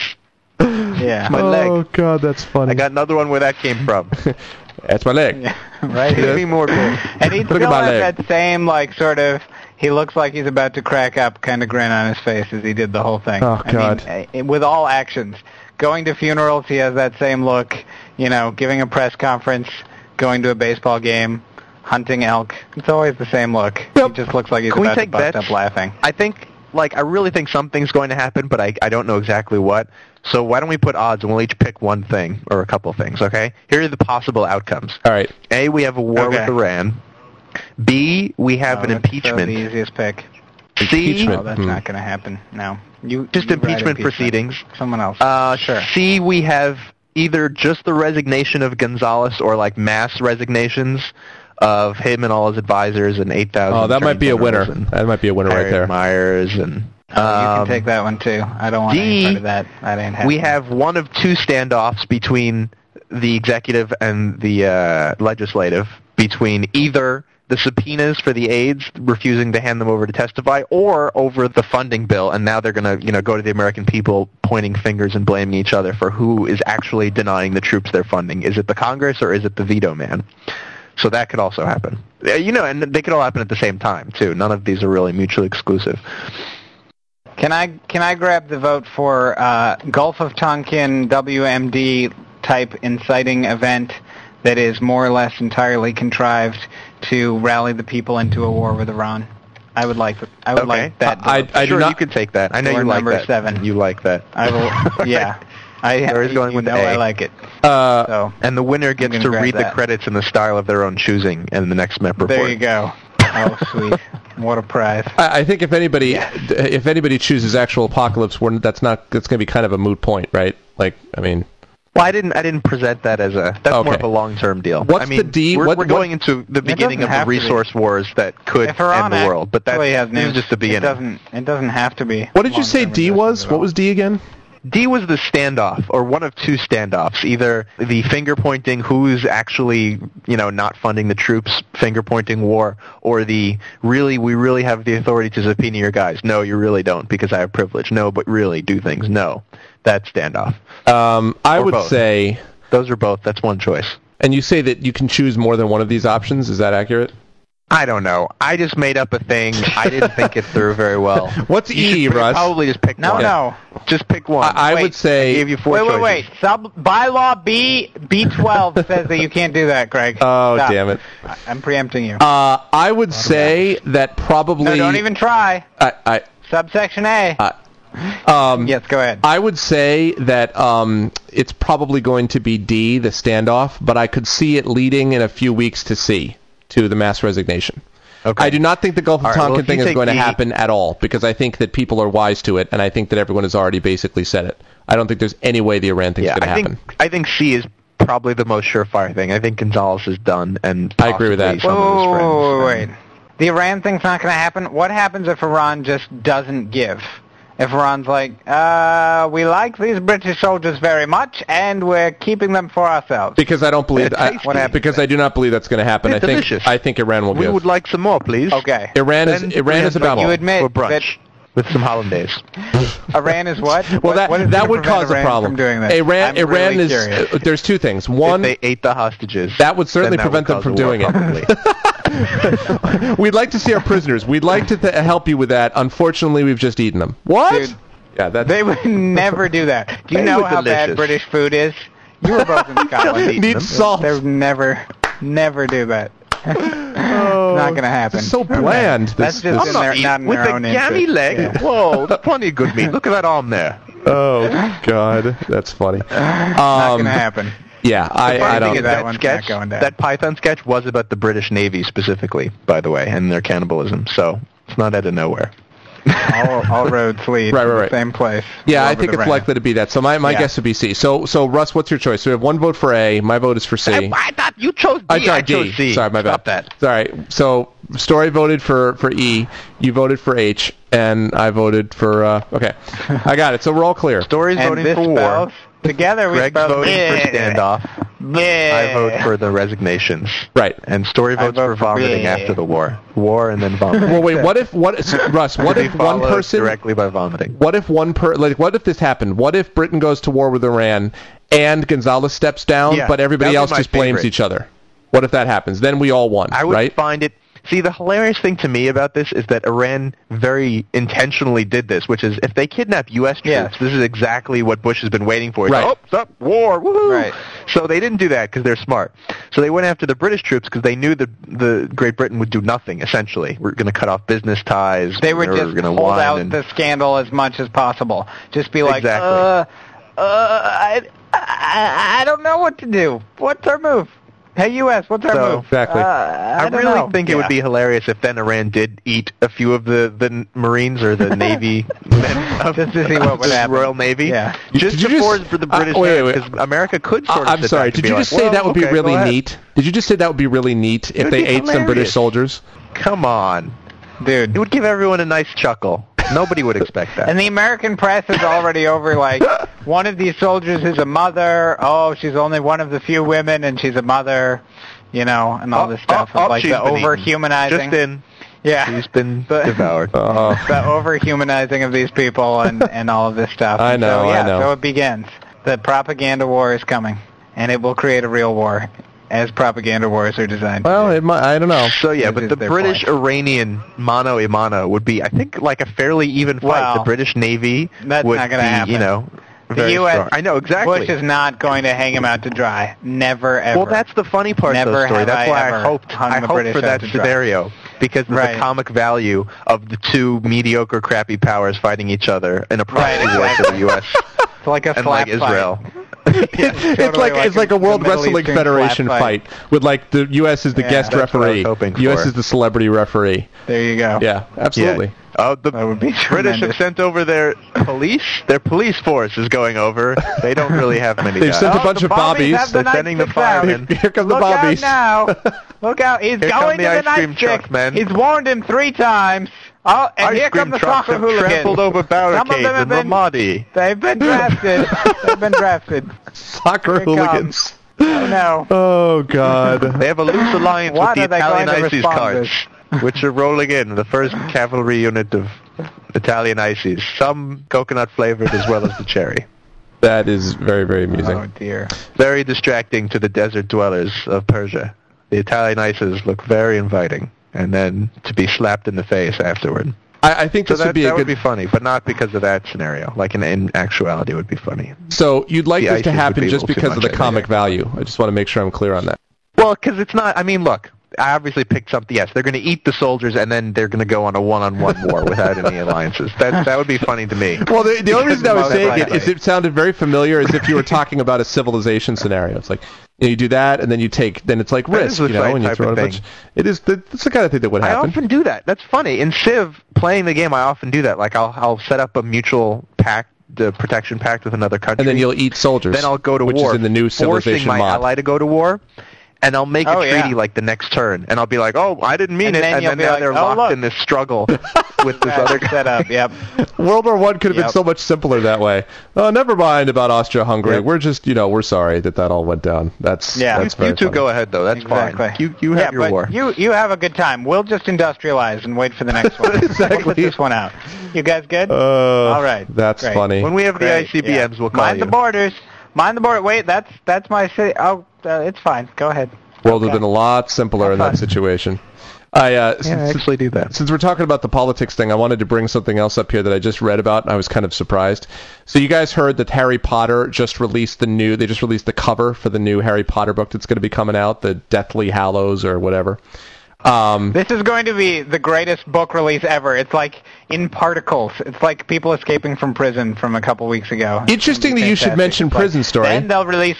D: Yeah.
E: My
C: oh
E: leg.
C: God, that's funny.
E: I got another one where that
C: <laughs>
E: came from.
C: that's my leg.
D: right
E: Give
D: here.
E: me more beer.
D: And he
C: Look at
D: still
C: my
D: has
C: leg.
D: that same like sort of he looks like he's about to crack up kind of grin on his face as he did the whole thing.
C: Oh,
D: I
C: God.
D: mean, eh, with all actions, going to funerals, he has that same look. You know, giving a press conference, going to a baseball game, hunting elk. It's always the same look.
C: Yep.
D: He just looks like he's
E: Can we
D: about to
E: take
D: bust
E: bets?
D: up laughing.
E: I think, like, I really think something's going to happen, but I, I don't know exactly what. So why don't we put odds and we'll each pick one thing or a couple things, okay? Here are the possible outcomes.
C: All right.
E: A, we have a war
D: Okay.
E: with Iran. B, we have
D: Oh,
E: an
D: that's so
E: impeachment.
D: the easiest pick.
E: C,
C: Impeachment.
D: Oh, that's
C: Hmm.
D: not going to happen. No. You
E: just
D: you write
E: impeachment, proceedings.
D: Someone else.
E: Uh,
D: sure.
E: C, we have either just the resignation of Gonzalez or like mass resignations of him and all his advisors and 8,000.
C: Oh, that might be a
E: attorney
C: winner.
E: generals and
C: That might be a winner right
E: Harriet
C: there.
E: Myers and.
D: Oh, you
E: um,
D: can take that one too. I don't want any
E: D,
D: part of that. That ain't happening.
E: we have one of two standoffs between the executive and the uh, legislative, between either the subpoenas for the aides refusing to hand them over to testify, or over the funding bill, and now they're going to, you know, go to the American people pointing fingers and blaming each other for who is actually denying the troops their funding. Is it the Congress or is it the veto man? So that could also happen. Uh, You know, and they could all happen at the same time too. None of these are really mutually exclusive.
D: Can I can I grab the vote for uh, Gulf of Tonkin WMD type inciting event that is more or less entirely contrived to rally the people into a war with Iran? I would like I would
E: Okay.
D: like that.
C: I-
D: vote.
C: I- do
E: sure,
C: not-
E: you could take that. I know
D: Or
E: you like
D: number
E: that.
D: seven.
E: You like that.
D: I
E: <laughs>
D: will. Yeah. I
E: There is going
D: you
E: with
D: know
E: A.
D: I like it.
C: Uh,
D: So
E: And the winner gets
D: gonna
E: to
D: grab
E: read the
D: that.
E: credits in the style of their own choosing in the next MEP report.
D: there you go. Oh, sweet. <laughs> What a prize.
C: I, I think if anybody if anybody chooses actual apocalypse, we're, that's not that's going to be kind of a moot point, right? Like, I mean,
E: Well, I didn't. I didn't present that as a. That's
C: Okay.
E: more of a long-term deal.
C: What's
E: I mean,
C: the D-
E: We're,
C: what-
E: we're
C: what-
E: going into the beginning
D: doesn't
E: of the
D: have to be.
E: resource wars that could
D: If Iran
E: end the world, but that
D: actually has
E: this is
D: nukes,
E: just the beginning.
D: It doesn't, it doesn't have to be.
C: what did you say
D: long-term
C: D
D: investment
C: was?
D: at
C: What
D: all.
C: was D again?
E: D was the standoff, or one of two standoffs. Either the finger pointing, who's actually you know not funding the troops, finger pointing war, or the really we really have the authority to subpoena your guys. No, you really don't because I have privilege. No, but really do things. No, that standoff.
C: Um, I
E: Or
C: would
E: both.
C: say,
E: Those are both. That's one choice.
C: and you say that you can choose more than one of these options. Is that accurate?
E: I don't know. I just made up a thing. I didn't think it through very well.
C: <laughs> What's
E: You
C: E,
E: should pr-
C: Russ?
E: Probably just pick
D: No,
E: one.
D: no.
E: Just pick one.
C: I- I
E: Wait,
C: would say-
E: I gave you four
D: wait, wait,
E: choices.
D: wait. Sub bylaw B
C: <laughs>
D: B12 says that you can't do that, Greg.
C: Oh,
D: Stop.
C: damn it.
D: I- I'm preempting you.
C: Uh, I would say that probably.
D: no, don't even try.
C: I, I,
D: Subsection A.
C: Uh, um,
D: yes, go ahead.
C: I would say that um, it's probably going to be D, the standoff, but I could see it leading in a few weeks to C, to the mass resignation.
E: Okay.
C: I do not think the Gulf of
E: All right, well,
C: Tonkin
E: if you
C: thing is
E: take
C: going to
E: D-
C: happen at all because I think that people are wise to it, and I think that everyone has already basically said it. I don't think there's any way the Iran thing's
E: Yeah,
C: going to
E: I
C: happen.
E: think I think C is probably the most surefire thing. I think Gonzalez is done, and
C: I agree with that.
E: possibly some of his friends.
D: Whoa, wait, wait, wait. The Iran thing's not going to happen. What happens if Iran just doesn't give? If Iran's like, uh, we like these British soldiers very much, and we're keeping them for ourselves.
C: because I don't believe
E: It's
C: I,
E: tasty. What happens
C: because I do not believe that's going to happen.
E: They're
C: I think
E: delicious.
C: I think Iran will
E: We
C: give.
E: would like some more, please.
D: Okay.
C: Iran is
E: Then
C: Iran is
E: Iran's
C: about
E: like,
D: you
C: all.
D: admit
E: for brunch with some hollandaise.
D: Iran is
C: <laughs>
D: what?
C: Well, that
D: what, what is
C: that
D: gonna
C: would
D: prevent
C: cause
D: Iran
C: a problem.
D: From doing this?
C: Iran
D: I'm
C: Iran
D: really
C: is
D: curious.
C: uh, there's two things.
E: If
C: One,
E: they ate the hostages.
C: That would certainly
E: then
C: prevent them
E: cause
C: from
E: a war, <laughs>
C: doing it.
E: probably.
C: we'd like to see our prisoners. We'd like to th- help you with that. Unfortunately, we've just eaten them. What?
D: Dude.
C: yeah, that's <laughs>
D: They would never do that. Do you
E: They
D: know
E: were
D: how bad
E: delicious.
D: British food is? You were
C: <laughs>
D: both in Scotland.
C: need salt.
D: They would never, never do that. <laughs> it's not going to happen.
C: It's Oh, so bland.
D: That's
C: this-
D: just
C: this-
D: in their,
E: eat-
D: not in
E: with
D: their
E: the
D: own
E: yummy
D: interest.
E: leg.
D: Yeah.
E: Whoa, that's plenty of good meat. Look at that arm there.
C: oh God, that's funny.
D: not
C: Um,
D: going to happen.
C: yeah, I, I
E: Funny thing
C: don't.
E: is
D: That one's not
E: sketch,
D: going down.
E: that Python sketch was about the British Navy specifically, by the way, and their cannibalism. So it's not out of nowhere.
D: All, all roads lead
C: Right,
D: to
C: right,
D: the
C: right.
D: same place.
C: Yeah, I
D: Over
C: think
D: the
C: it's
D: Rhine.
C: likely to be that. So my, my
D: Yeah.
C: guess would be C. So so Russ, what's your choice? So we have one vote for A. My vote is for C.
E: I, I thought you chose D.
C: I sorry,
E: E, I chose
C: D.
E: C.
C: Sorry, my
E: Stop
C: bad.
E: that.
C: Sorry. So Story voted for for E. You voted for H, and I voted for. Uh,
E: <laughs>
C: okay, I got it. So we're all clear.
E: Story's
D: And
E: voting
D: this
E: for war.
D: spells, together we
E: Greg's
D: spell
E: voting
D: bleh.
E: for standoff.
D: Bleh.
E: I vote for the resignations.
C: Right.
E: And Story
D: I
E: votes
D: vote
E: for
D: for
E: vomiting
D: B.
E: after the war. War and then vomiting.
C: Well, wait. What if what is- Russ? What
E: To be
C: if one
E: followed
C: person?
E: directly by vomiting?
C: What if one per? Like, what if this happened? What if Britain goes to war with Iran and Gonzalez steps down,
E: Yeah,
C: but everybody
E: that'd
C: else
E: be my
C: just blames
E: favorite.
C: each other? What if that happens? Then we all won,
E: I would
C: right?
E: find it. See, the hilarious thing to me about this is that Iran very intentionally did this, which is if they kidnap U.S. troops,
D: Yes.
E: this is exactly what Bush has been waiting for. He's like,
C: Right.
E: oh, stop, war, woohoo!
D: Right.
E: So they didn't do that because they're smart. So they went after the British troops because they knew that the Great Britain would do nothing. Essentially, we're going to cut off business ties.
D: They were just
E: going to
D: hold out the scandal as much as possible. Just be like,
E: Exactly.
D: uh, uh, I, I, I don't know what to do. What's our move? Hey, U.S., what's our
E: So-
D: move?
C: Exactly.
D: Uh, I,
E: I,
D: don't
E: really
D: know.
E: think it would
D: Yeah.
E: be hilarious if then Iran did eat a few of the, the Marines or
D: <laughs>
E: the Navy men of,
D: Just to see what
E: of
D: would
E: the
D: happen.
E: Royal Navy.
D: Yeah.
E: Just
C: Did you
E: to force
C: just-
E: for the
C: uh,
E: British
C: wait, wait,
E: because America could sort of
C: I- I'm
E: sit
C: sorry.
E: back and
C: Did
E: be
C: you
E: like,
C: just say
E: "Well,
C: that would be
E: okay,
C: really
E: go ahead."
C: neat? Did you just say that would be really neat if
E: would
C: they
E: be
C: ate some British
E: hilarious.
C: soldiers?
E: Come on.
D: Dude.
E: It would give everyone a nice chuckle. Nobody would expect that.
D: And the American press is already over
E: <laughs>
D: like one of these soldiers is a mother. Oh, she's only one of the few women, and she's a mother, you know, and all this stuff
E: Oh, oh,
D: of like
E: she's
D: the
E: been eaten.
D: over humanizing.
E: Just in.
D: yeah,
E: He's been
D: But-
E: devoured.
C: <laughs>
E: <laughs>
C: Oh,
D: <laughs> the over humanizing of these people and and all of this stuff.
C: I
D: And
C: know,
D: So,
C: I
D: yeah,
C: know.
D: So it begins. The propaganda war is coming, and it will create a real war, as propaganda wars are designed. to
C: well,
D: do.
C: it might, I don't
E: <laughs>
C: know.
E: So yeah,
D: This
E: but
D: is
E: the
D: their
E: British Iranian mano a mano would be, I think, like a fairly even fight.
D: Well,
E: the British Navy
D: that's
E: would
D: not
E: be,
D: gonna happen.
E: you know,
D: the
E: very
D: U.S.
E: strong. I know exactly.
D: Bush is not going to hang him out to dry. Never ever.
E: well, that's the funny part of
D: Never
E: the story.
D: have
E: That's
D: I
E: why
D: ever
E: I hoped
D: hung
E: I
D: the
E: hoped
D: British
E: for
D: out
E: that
D: to dry.
E: scenario because of
D: Right.
E: the comic value of the two mediocre, crappy powers fighting each other in a proxy
D: Right,
E: war for the U.S.
D: it's like a
E: and
D: slap
E: like
D: fight.
E: Israel.
C: it's it's like, it's like a World Wrestling Federation fight. with like the U.S. is the
D: Yeah,
C: guest
E: that's what I was
C: referee,
E: hoping for.
C: U.S. is the celebrity referee.
D: There you go.
C: Yeah, absolutely.
E: Oh, the
D: That would be
E: British have
D: tremendous.
E: sent over their police. Their police force is going over. They don't really have many.
C: They've
E: guys.
D: Oh,
C: sent a bunch of bobbies.
E: They're sending the firemen.
C: Here come the
D: Look
C: bobbies.
D: out now! Look out! He's
E: Here come
D: going
E: the
D: to
E: ice
D: the
E: cream
D: night stick.
E: truck men.
D: He's warned him three times. Oh, and
E: Ice
D: here
E: cream
D: come the
E: trucks
D: soccer
E: have
D: hooligans.
E: trampled over
D: Some of
E: barricades
D: them
E: in
D: have been-
E: Ramadi.
D: They've been drafted. They've been drafted.
C: Soccer
D: Here it comes.
C: hooligans.
D: Oh no!
C: Oh
E: <laughs>
C: God.
E: Uh, They have a loose alliance
D: Why
E: with the
D: are they going
E: Italian
D: to
E: ISIS
D: respond
E: cards, which are rolling in. The first cavalry unit of Italian ISIS, some coconut flavored as well as the cherry.
C: that is very very amusing.
D: Oh dear.
E: Very distracting to the desert dwellers of Persia. The Italian ISIS look very inviting, and then to be slapped in the face afterward.
C: I, I think
E: So
C: this
E: that,
C: would be
E: that
C: a good.
E: would be funny, but not because of that scenario. Like in, in actuality, it would be funny.
C: so you'd like
E: The
C: this
E: ISIS
C: to
E: would
C: happen
E: be
C: just
E: able to
C: because of
E: much
C: the
E: every
C: comic
E: day.
C: value. I just want to make sure I'm clear on that.
E: Well, because it's not. I mean, look. I obviously picked something. Yes, they're going to eat the soldiers, and then they're going to go on a one-on-one war without <laughs> any alliances. That that would be funny to me.
C: Well, the, the only reason I was
E: Well,
C: saying
E: right.
C: it is it sounded very familiar, as if you were talking about a civilization scenario. It's like you, know, you do that, and then you take, then it's like
E: That
C: risk,
E: is the
C: you know,
E: same
C: and you
E: type
C: throw
E: of
C: in a bunch.
E: thing.
C: It is. The, it's the kind of thing that would
E: I
C: happen.
E: often do that. That's funny. In Civ, playing the game, I often do that. Like I'll I'll set up a mutual pact, the protection pact with another country,
C: and then you'll eat soldiers.
E: Then I'll go to
C: which
E: war,
C: is in the new
E: forcing
C: civilization
E: my
C: mod.
E: ally to go to war, and I'll make
D: Oh,
E: a treaty
D: yeah.
E: like the next turn, and I'll be like, "Oh, I didn't mean
D: And
E: it,"
D: then
E: and
D: you'll
E: then
D: be
E: now
D: like,
E: they're
D: "Oh,
E: locked
D: look."
E: in this struggle <laughs> with this other
D: That's
E: guy.
D: set up. Yep.
C: World War One could have been
D: Yep.
C: so much simpler that way. Oh, never mind about Austria-Hungary.
E: Yep.
C: We're just, you know, we're sorry that that all went down. That's
D: Yeah.
C: That's
E: <laughs> You
C: very
E: two
C: funny.
E: go ahead though. That's
D: Exactly.
E: fine. You you have
D: yeah,
E: your
D: but
E: war.
D: You you have a good time. We'll just industrialize and wait for the next one.
C: Exactly.
D: We'll put this one out. You guys good?
C: Uh,
D: All right.
C: That's
D: Great.
C: funny.
E: When we have
D: Great,
E: the ICBMs,
D: yeah.
E: we'll call
D: Mind
E: you.
D: the borders. Mind the border. Wait, that's that's my city. Oh, uh, it's fine. Go ahead.
C: World would have been a lot simpler in
E: <laughs>
C: that
D: fun.
C: situation. I uh,
E: Yeah, I
C: since-
E: actually do that.
C: since we're talking about the politics thing, I wanted to bring something else up here that I just read about. And I was kind of surprised. So you guys heard that Harry Potter just released the new. They just released the cover for the new Harry Potter book that's going to be coming out, the Deathly Hallows or whatever. Um,
D: This is going to be the greatest book release ever. It's like in particles. It's like people escaping from prison from a couple weeks ago. It's
C: Interesting
D: gonna be
C: that you should
D: fantastic.
C: mention
D: It's like-
C: Prison Story.
D: Then they'll release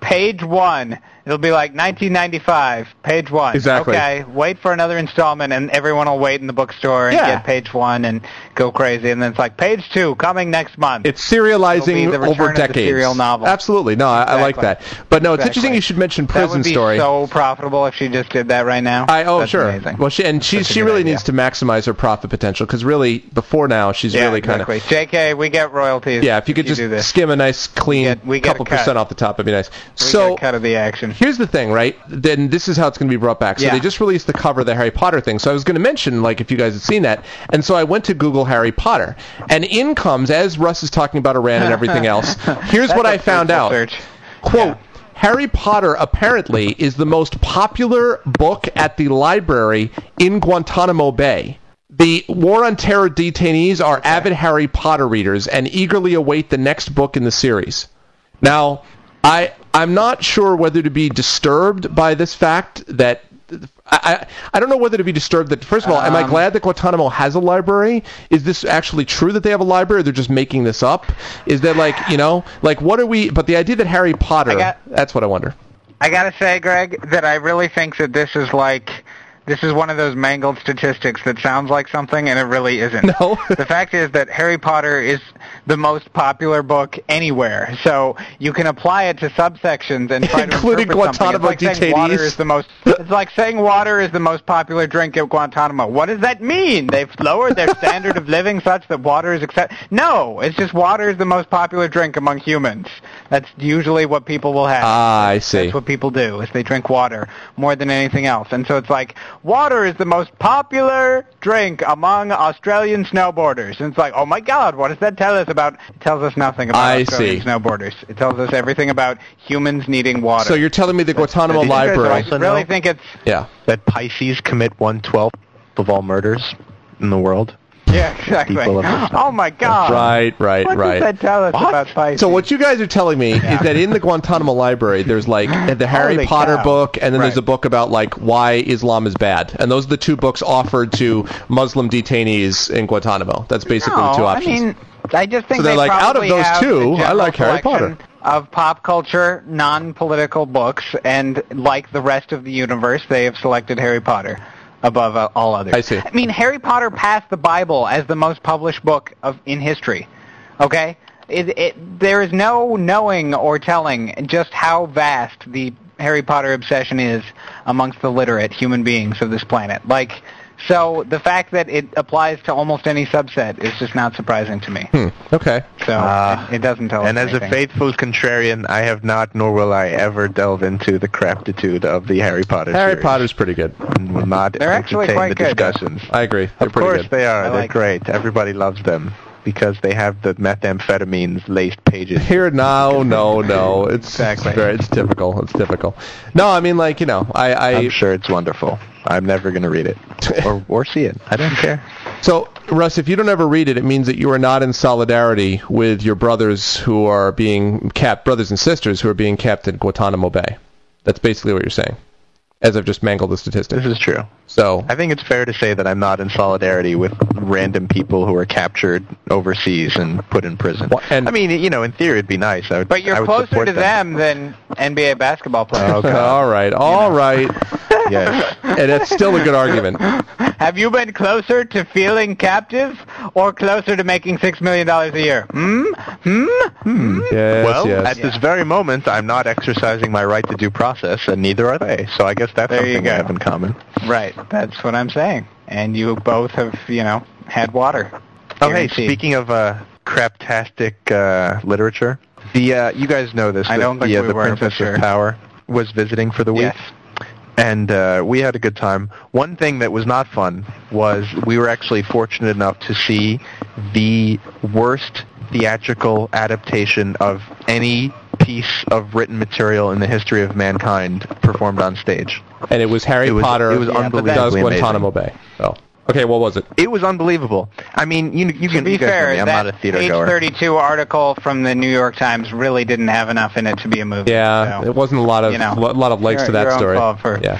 D: page one. It'll be like 1995, page one.
C: Exactly.
D: Okay, wait for another installment, and everyone will wait in the bookstore and
C: Yeah.
D: get page one and go crazy. And then it's like page two coming next month.
C: It's
D: It'll be
C: serializing
D: the return
C: over
D: of the
C: decades.
D: serial novel.
C: Absolutely. No, I, I like that.
D: Exactly.
C: But no, it's
D: Exactly.
C: interesting you should mention
D: that
C: Prison
D: would be
C: Story.
D: so profitable if she just did that right now.
C: I oh
D: That's
C: sure.
D: Amazing.
C: Well, she and she
D: That's a
C: she
D: good
C: really
D: idea.
C: needs to maximize her profit potential because really before now she's
D: yeah,
C: really kind of
D: exactly. JK, we get royalties.
C: yeah. If you could just
D: do this.
C: skim a nice clean
D: get- we get a
C: couple
D: cut.
C: percent off the top, it'd be nice.
D: We
C: so
D: get a cut of the action.
C: here's the thing, right? Then this is how it's going to be brought back. So
D: Yeah.
C: they just released the cover of the Harry Potter thing. So I was going to mention, like, if you guys had seen that. And so I went to Google Harry Potter, and in comes as Russ is talking about Iran and
D: <laughs>
C: everything else. Here's what
D: That's a
C: I found
D: fruitful
C: out.
D: search.
C: Quote. Harry Potter apparently is the most popular book at the library in Guantanamo Bay. The War on Terror detainees are avid Harry Potter readers and eagerly await the next book in the series. Now, I I'm not sure whether to be disturbed by this fact that I, I I don't know whether to be disturbed that first of all, am I glad that Guantanamo has a library? Is this actually true that they have a library? Or they're just making this up? Is that like you know like what are we? But the idea that Harry Potter
D: got-
C: that's what I wonder.
D: I gotta say, Greg, that I really think that this is like this is one of those mangled statistics that sounds like something and it really isn't.
C: No. <laughs>
D: <laughs> the fact is that Harry Potter is the most popular book anywhere, so you can apply it to subsections and try
C: Including
D: to interpret
C: Guantanamo
D: something. It's like saying water
C: detainees.
D: is the most. It's like saying water is the most popular drink at Guantanamo. What does that mean? They've lowered their standard of living such that water is accept. No, it's just water is the most popular drink among humans. That's usually what people will have.
C: Ah, I see.
D: That's what people do is they drink water more than anything else. And so it's like water is the most popular drink among Australian snowboarders. And it's like, oh my God, what does that tell us about? It tells us nothing about
C: I
D: Australian
C: see.
D: snowboarders. It tells us everything about humans needing water.
C: So you're telling me the Guantanamo
E: you guys are
C: library?
E: also-
D: I really
E: No.
D: think it's
C: Yeah.
E: That Pisces commit one twelfth of all murders in the world.
D: yeah exactly.
E: People of-
D: <gasps> Oh my God!
C: Right. Right.
D: What
C: right.
D: does that tell us about Pisces?
C: So what you guys are telling me is that in the Guantanamo library, there's
D: <gasps>
C: like the Harry
D: Holy
C: Potter
D: cow.
C: book, and then there's
D: Right.
C: a book about like why Islam is bad, and those are the two books offered to Muslim detainees in Guantanamo. That's basically
D: no,
C: the two
D: I
C: options.
D: mean, I just think
C: So they're
D: they
C: like, out of
D: probably
C: those
D: have
C: two,
D: a
C: I like
D: general
C: Harry Potter.
D: selection of pop culture, non-political books, and like the rest of the universe, they have selected Harry Potter above uh, all others.
C: I see.
D: I mean, Harry Potter passed the Bible as the most published book of in history. Okay, it, it, there is no knowing or telling just how vast the Harry Potter obsession is amongst the literate human beings of this planet. Like, so the fact that it applies to almost any subset is just not surprising to me.
C: Okay.
D: So
E: Hmm. Ah.
D: it, it doesn't tell. us
E: And as a
D: anything.
E: faithful contrarian, I have not, nor will I ever delve into the craptitude of the Harry Potter.
C: Harry
E: series.
C: Potter's pretty good.
E: And will not
D: They're actually
E: entertain
D: quite
E: the
D: good.
E: discussions.
C: I agree. They're
E: of
C: pretty
E: course
C: good.
E: they are.
D: I
E: They're
D: like
E: great. Everybody loves them because they have the methamphetamines laced
D: <laughs>
E: pages.
C: Here now, no, no. It's
E: Exactly.
C: it's very- It's typical. It's typical. No, I mean like you know, I, I
E: I'm sure it's wonderful. I'm never going to
D: <laughs>
E: read it or, or see it. I don't care.
C: So, Russ, if you don't ever read it, it means that you are not in solidarity with your brothers who are being capped, brothers and sisters who are being kept in Guantanamo Bay. That's basically what you're saying, as I've just mangled the statistic.
E: This is true.
C: So,
E: I think it's fair to say that I'm not in solidarity with random people who are captured overseas and put in prison.
C: Well, and-
E: I mean, you know, in theory, it'd be nice. I would,
D: But
E: I
D: you're
E: would
D: closer
E: support
D: to them. than NBA basketball
C: <laughs>
D: players.
C: all right, all right,
D: <laughs>
E: yes.
C: and that's still a good
E: <laughs>
C: argument.
D: Have you been closer to feeling captive or closer to making six million dollars a year? Hmm. Hmm.
C: Yes,
E: well,
C: yes.
E: at this very moment, I'm not exercising my right to due process, and neither are they. So I guess that's
D: There you
E: something we
D: go.
E: have in common.
D: Right. That's what I'm saying. And you both have, you know, had water.
E: Oh, hey,
D: Guaranteed.
E: speaking of uh, craptastic uh, literature, the uh, you guys know this.
D: I
E: that
D: don't think
E: the, uh,
D: we
E: the
D: were, but
E: Princess
D: sure.
E: of Power was visiting for the week.
D: Yes.
E: and uh, we had a good time. One thing that was not fun was we were actually fortunate enough to see the worst theatrical adaptation of any piece of written material in the history of mankind performed on stage.
C: and it was Harry
E: it was-
C: Potter.
E: it was
C: does
E: unbelievably
C: Guantanamo Bay. Oh, okay. What was it?
E: It was unbelievable. I mean, you you
D: To
E: can
D: be
E: you guys know
D: fair,
E: me, I'm
D: that
E: not a theater
D: page
E: goer.
D: 32 article from the New York Times really didn't have enough in it to be a movie.
C: Yeah,
D: So
C: it wasn't a lot of
D: you know,
C: lo- lot of legs
D: your-
C: to that
D: your own
C: story.
D: fault for-
C: yeah.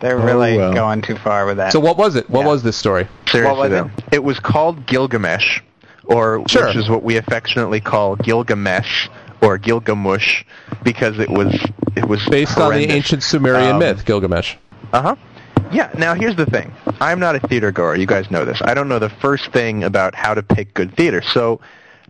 D: they're really
E: Oh, well.
D: going too far with that.
C: So, what was it? What
D: Yeah.
C: was this story?
E: Seriously,
D: What was
E: though. It? was called Gilgamesh, or
C: Sure.
E: which is what we affectionately call Gilgamesh or Gilgamush, because it was it was
C: Based on the
E: horrendous.
C: ancient Sumerian
E: Um,
C: myth, Gilgamesh.
E: Uh huh. Yeah. Now here's the thing. I'm not a theater goer. You guys know this. I don't know the first thing about how to pick good theater. So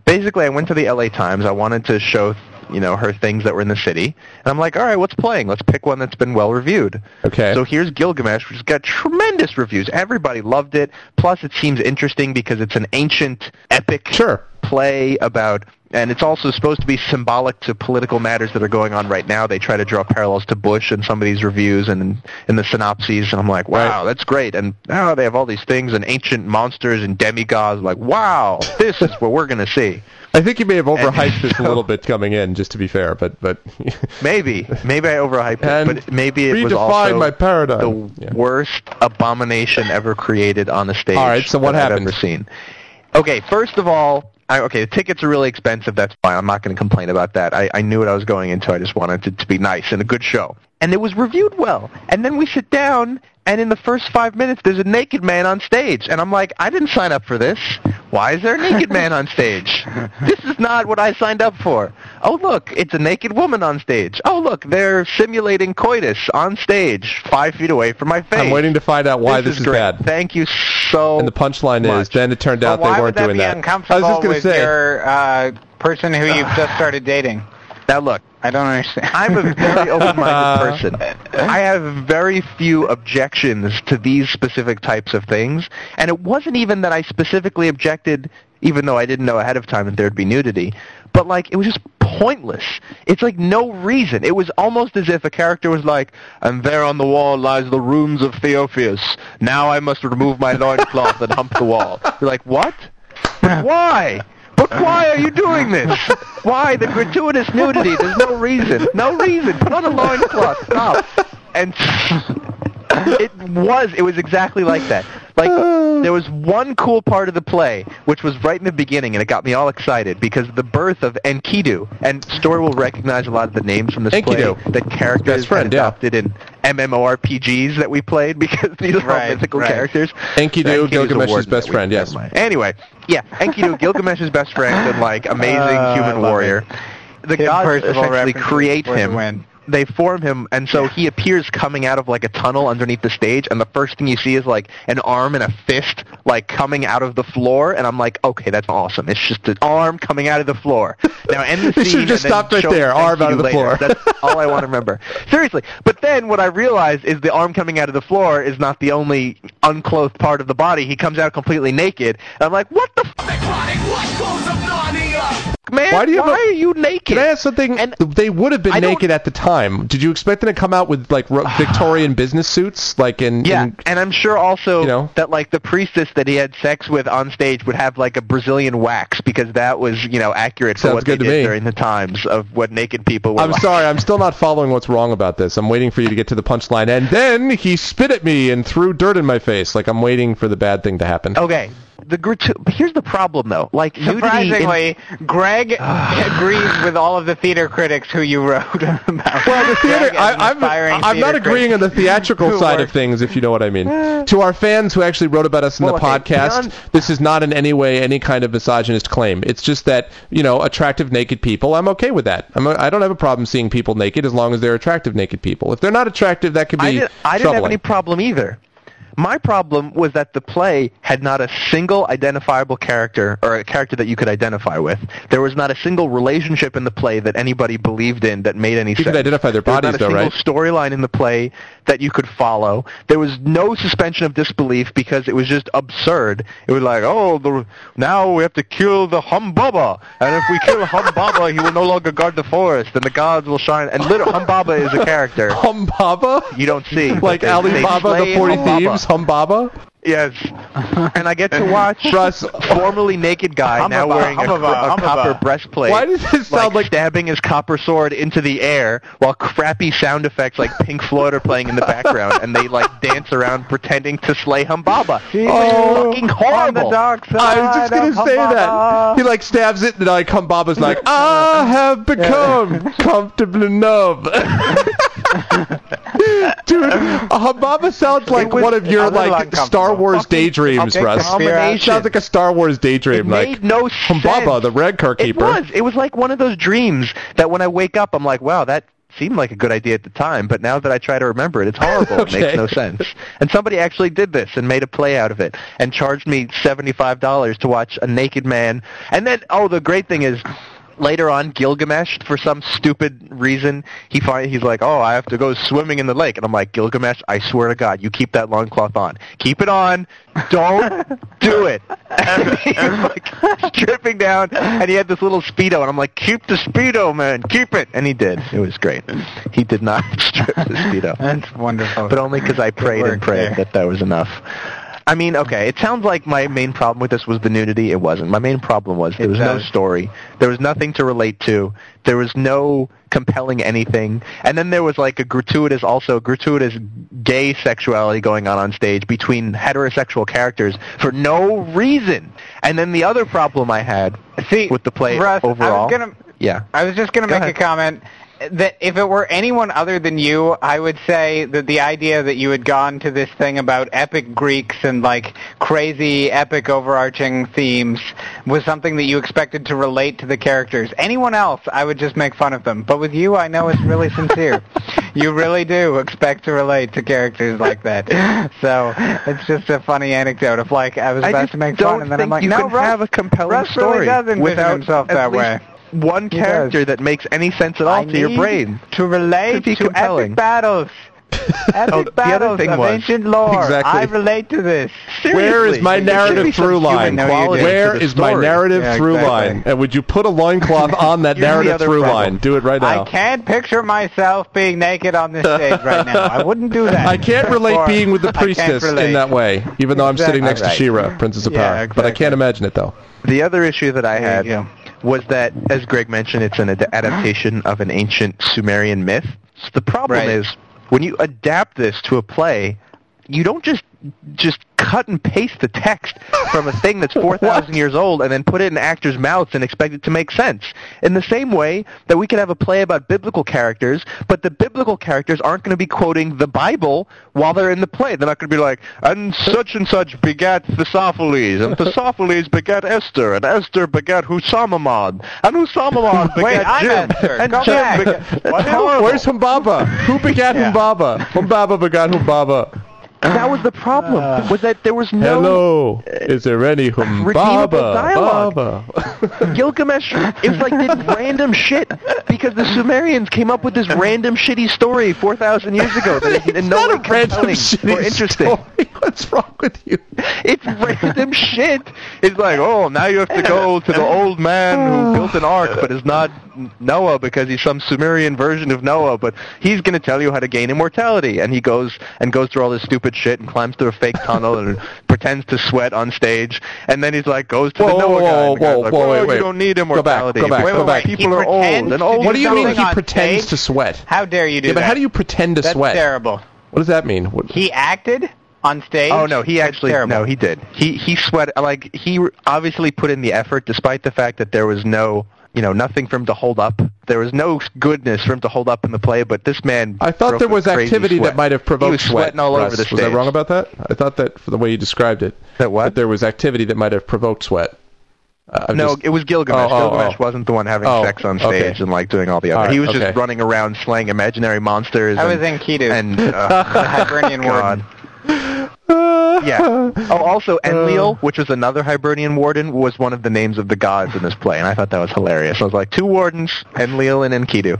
E: basically, I went to the LA Times. I wanted to show you know her things that were in the city, and I'm like, all right, what's playing? Let's pick one that's been well reviewed.
C: Okay.
E: So here's Gilgamesh, which has got tremendous reviews. Everybody loved it. Plus, it seems interesting because it's an ancient epic
C: Sure.
E: play about and it's also supposed to be symbolic to political matters that are going on right now. They try to draw parallels to Bush in some of these reviews and in the synopses, and I'm like, wow, that's great. And oh, they have all these things and ancient monsters and demigods. Like, wow, this is what we're gonna see.
C: I think you may have overhyped
E: And
C: this a
E: so-
C: little bit coming in, just to be fair, but but <laughs>
E: Maybe, maybe I overhyped
C: And
E: it, but maybe it was
C: redefine
E: also
C: my paradigm.
E: the
C: Yeah.
E: worst abomination ever created on a stage.
C: All right, so what
E: that I've
C: happened?
E: ever seen. Okay, first of all, I, okay, the tickets are really expensive. That's fine. I'm not going to complain about that. I, I knew what I was going into. I just wanted it to be nice and a good show. And it was reviewed well. And then we sit down, and in the first five minutes, there's a naked man on stage. And I'm like, I didn't sign up for this. Why is there a naked man on stage? This is not what I signed up for. Oh, look, it's a naked woman on stage. Oh, look, they're simulating coitus on stage, five feet away from my face.
C: I'm waiting to find out why this, is,
E: great.
C: bad.
E: Thank you so
C: And the punchline is,
E: much.
C: then it turned
D: But
C: out they
D: why
C: weren't
D: would that
C: doing
D: be
C: that. I
D: uncomfortable
C: was just gonna
D: with
C: say,
D: your uh, person who you've just started dating?
E: Now, look,
D: I don't understand.
E: I'm a very open-minded person. I have very few objections to these specific types of things, and it wasn't even that I specifically objected, even though I didn't know ahead of time that there'd be nudity. But like, it was just pointless. It's like no reason. It was almost as if a character was like, "And there on the wall lies the ruins of Theophilus. Now I must remove my loincloth and hump the wall." You're like, what? But why? But why are you
C: <laughs>
E: doing this? Why the gratuitous nudity? There's no reason. No reason. Put on a loincloth. Stop. And <laughs> it was. It was exactly like that.
C: <sighs>
E: Like there was one cool part of the play, which was right in the beginning, and it got me all excited because the birth of Enkidu. And Story will recognize a lot of the names from this
C: Enkidu.
E: play that characters
C: Best friend,
E: had
C: yeah.
E: adopted in MMORPGs that we played <laughs> because these are
D: Right,
E: all mythical
D: right.
E: characters.
C: Enkidu,
E: Enkidu's a
C: Gilgamesh's best
E: warden that we-
C: friend, yes.
D: <laughs>
E: never mind. Anyway, yeah, Enkidu, Gilgamesh's best friend, and like amazing
D: Uh, I
E: human
D: love
E: warrior.
F: the
D: Tim
F: gods
D: Percival
F: essentially
D: references
F: create
D: for the
F: him.
D: win.
E: they form him, and so
D: Yeah.
E: he appears coming out of like a tunnel underneath the stage, and the first thing you see is like an arm and a fist like coming out of the floor, and I'm like, okay, that's awesome. It's just an arm coming out of the floor. Now end the
C: They should've
E: scene.
C: just
E: and then
C: stopped right
E: show me
C: there,
E: thank
C: arm out
E: you
C: of the
E: later.
C: floor.
E: That's all I want
C: <laughs>
E: to remember. Seriously, but then what I realized is the arm coming out of the floor is not the only unclothed part of the body. He comes out completely naked. And I'm like, what the f- man?
C: Why do you have
E: why
C: a-
E: are you naked?
C: Can I ask something?
E: And-
C: they would have been
E: I don't-
C: naked at the time. Did you expect them to come out with like ro- Victorian business suits, like in?
E: Yeah,
C: in-
E: and I'm sure also
C: You know?
E: that like the priestess that he had sex with on stage would have like a Brazilian wax because that was you know accurate for
C: Sounds
E: what
C: good
E: they
C: to
E: did
C: me.
E: during the times of what naked people were.
C: I'm
E: like.
C: sorry, I'm still not following what's wrong about this. I'm waiting for you to get to the punchline, and then he spit at me and threw dirt in my face. Like I'm waiting for the bad thing to happen.
E: <laughs> Okay, the gratu- but here's the problem though. Like nudity in-
D: Surprisingly,
E: <sighs>
D: Greg agrees with all of the theater critics who you wrote <laughs> about.
C: Well,
E: <laughs>
C: the theater.
D: Greg as an
C: I, I'm,
D: aspiring
C: I'm not
D: theater
C: agreeing
D: critic.
C: on the theatrical
D: Who
C: side of
D: works.
C: things, if you know what I mean.
E: <laughs>
C: to our fans who actually wrote about us in
E: Well,
C: the
E: okay,
C: podcast,
E: beyond-
C: this is not in any way any kind of misogynist claim. It's just that you know, attractive naked people. I'm okay with that. I'm a, I don't have a problem seeing people naked as long as they're attractive naked people. If they're not attractive, that could be
E: I, did, I didn't
C: <laughs>
E: have
C: troubling.
E: any problem either. My problem was that the play had not a single identifiable character or a character that you could identify with. There was not a single relationship in the play that anybody believed in that made any
C: could
E: sense.
C: identify their
E: There was
C: bodies,
E: not a
C: though,
E: single storyline in the play that you could follow. There was no suspension of disbelief because it was just absurd. It was like, oh, the, now we have to kill the Humbaba, and if we kill Humbaba, he will no longer guard the forest, and the gods will shine. And little Humbaba is a character
C: Humbaba.
E: you don't see. but
C: Like
E: they- they
C: Alibaba,
E: slay
C: the Forty
E: Humbaba.
C: Thieves, Humbaba.
E: Yes, and I get to
C: <laughs>
E: watch
C: Russ,
E: formerly naked guy now
D: Humbaba,
E: wearing a-
D: Humbaba,
E: a,
D: Humbaba.
E: copper breastplate.
C: Why does this sound like-
E: stabbing his copper sword into the air while crappy sound effects like Pink Floyd are playing in the background, and they like dance around pretending to slay Humbaba. It was
D: On
E: fucking
D: the
E: horrible.
D: dark side
C: I was just
D: of
C: gonna say
D: Havana.
C: that. He like stabs it, and I come. Baba's like, I
E: <laughs>
C: have become comfortably numb. <laughs> Dude, Humbaba sounds like
D: was
C: one of your
D: a little
C: like
D: uncomfortable.
C: Star Wars
E: Fucking
C: daydreams,
D: okay,
C: Russ.
D: conspiracy.
C: Sounds like a Star Wars daydream,
E: It
C: like
E: made no
C: Humbaba,
E: sense.
C: the Red Car Keeper.
E: It was. It was like one of those dreams that when I wake up, I'm like, wow, that seemed like a good idea at the time, but now that I try to remember it, it's horrible.
C: Okay.
E: It makes no sense. And somebody actually did this and made a play out of it and charged me $75 to watch a naked man. And then, oh, the great thing is... Later on, Gilgamesh, for some stupid reason, he find he's like, "Oh, I have to go swimming in the lake," and I'm like, "Gilgamesh, I swear to God, you keep that loincloth on. Keep it on. Don't do it." And he's like stripping down, and he had this little speedo, and I'm like, "Keep the speedo, man. Keep it." And he did. It was great. He did not <laughs> strip the
D: <laughs>
E: speedo,
D: That's wonderful.
E: but only because I prayed
D: Oh. work
E: and prayed
D: there.
E: that that was enough. I mean, okay, it sounds like my main problem with this was the nudity. It wasn't. My main problem was there
D: It
E: was no
D: does.
E: story. There was nothing to relate to. There was no compelling anything. And then there was like a gratuitous, also gratuitous gay sexuality going on on stage between heterosexual characters for no reason. And then the other problem I had
D: See,
E: with the play
D: Russ, I was
E: overall.
D: gonna-
E: yeah.
D: I was just going to
E: Go
D: make
E: ahead.
D: a comment that if it were anyone other than you, I would say that the idea that you had gone to this thing about epic Greeks and like crazy epic overarching themes was something that you expected to relate to the characters. Anyone else, I would just make fun of them. But with you, I know it's really sincere. You really do expect to relate to characters like that. <laughs> So it's just a funny anecdote of like I was
E: I
D: about
E: just
D: to make
E: don't
D: fun and then I'm
E: think
D: like,
E: you
D: no,
E: can
D: Russ,
E: have a compelling
D: Russ really
E: story
D: does envision
E: without
D: himself
E: at
D: that
E: least
D: way.
E: One
D: He does.
E: character that makes any sense at all
D: I
E: to your
D: need
E: brain.
D: To relate
E: To be
D: to,
E: compelling.
D: epic battles. Epic
E: Oh, the other
D: battles
E: thing
D: of
E: was-
D: ancient lore.
C: Exactly.
D: I relate to this.
C: Where is my
E: Seriously, there should be
C: narrative
E: some
C: through
E: human
C: line?
D: No, you quality didn't.
C: Where
E: to the
C: is my
E: story.
C: narrative
D: Yeah,
C: through
D: exactly.
C: line? And would you put a loincloth
E: <laughs>
C: on that
E: Here's the
C: narrative
E: other
C: through
E: problem.
C: line? Do it right now.
D: I can't picture myself being naked on this stage right now. I wouldn't
C: <laughs>
D: do that.
C: I can't relate
D: Or,
C: being with the
D: <laughs> I can't
C: priestess in
D: relate.
C: that way, even though I'm sitting next to
E: Exactly.
C: Shira, Princess of
D: Yeah,
C: Power. But I
D: exactly.
C: can't imagine it though.
E: The other issue that I
D: There
E: had
D: you
E: was that, as Greg mentioned, it's an ad- adaptation of an ancient Sumerian myth. So the problem
D: Right.
E: is when you adapt this to a play, you don't just just cut and paste the text from a
D: <laughs>
E: thing that's 4,000 years old and then put it in actors' mouths and expect it to make sense. In the same way that we could have a play about biblical characters, but the biblical characters aren't going to be quoting the Bible while they're in the play. They're not going to be like, and such and such begat Thesophiles, and Thesophiles begat Esther, and Esther begat Husamamad, and Husamamad
D: <laughs>
E: begat
D: Wait, I'm
E: Jim,
D: Esther.
E: and
D: Go
E: Jim
D: back.
E: begat... That's horrible.
C: Where's Humbaba? Who begat Humbaba? Humbaba begat Humbaba.
E: That was the problem, was that there was no...
C: Ah. Hello. Is there any Humbaba?
E: Redeemable dialogue.
C: Baba?
E: Gilgamesh is
C: <laughs>
E: like did random shit because the Sumerians came up with this random shitty story 4,000 years ago that is
C: <laughs> It's
E: in no
C: not
E: way
C: a random
E: compelling
C: shitty
E: or interesting.
C: story. <laughs> What's wrong with you? <laughs>
E: It's random shit. It's like, oh, now you have to go to the
C: <sighs>
E: old man who built an ark but is not Noah because he's some Sumerian version of Noah, but he's going to tell you how to gain immortality. And he goes and goes through all this stupid shit and climbs through a fake tunnel
C: <laughs>
E: and pretends to sweat on stage. And then he's like, goes to
C: Whoa,
E: the Noah
C: whoa,
E: guy.
C: whoa,
E: and the guy's
C: whoa,
E: like,
C: whoa, wait,
E: "Oh,
C: wait.
E: You don't need
C: Go back,
E: immortality.
C: go back,
E: Wait,
C: go
E: wait,
C: back.
E: wait.
D: He
E: People are
D: pretends
E: old. And
D: to
E: old
D: do
C: What do you mean
D: something
C: he
D: on
C: pretends
D: stage?
C: to sweat?
D: How dare you do
C: Yeah,
D: that?
C: but how do you pretend to
D: That's
C: sweat?
D: terrible.
C: What does that mean? What-
D: He acted on stage.
E: Oh no, he
D: That's
E: actually
D: terrible.
E: no, he did. He he sweat like he obviously put in the effort despite the fact that there was no, you know, nothing for him to hold up. There was no goodness for him to hold up in the play, but this man
C: I thought
E: broke
C: there
E: a
C: was
E: crazy
C: activity
E: sweat.
C: that might have provoked
E: He was sweating
C: sweat.
E: all over
C: Russ.
E: the stage.
C: Was I wrong about that? I thought that for the way you described it.
E: That what?
C: there was activity that might have provoked sweat. Uh, I'm
E: no,
C: just-
E: it was Gilgamesh.
C: Oh, oh,
E: Gilgamesh
C: oh.
E: wasn't the one having
C: Oh,
E: sex on
C: okay.
E: stage and like doing all the other.
C: All right,
E: he was
C: okay.
E: just running around slaying imaginary monsters.
D: I
E: and,
D: was in Kidu.
E: And uh,
D: The
C: <laughs>
D: Hibernian warden.
E: God. yeah. Oh, also
C: Uh.
E: Enlil, which was another Hibernian warden, was one of the names of the gods in this play, and I thought that was hilarious. I was like, two wardens, Enlil and Enkidu.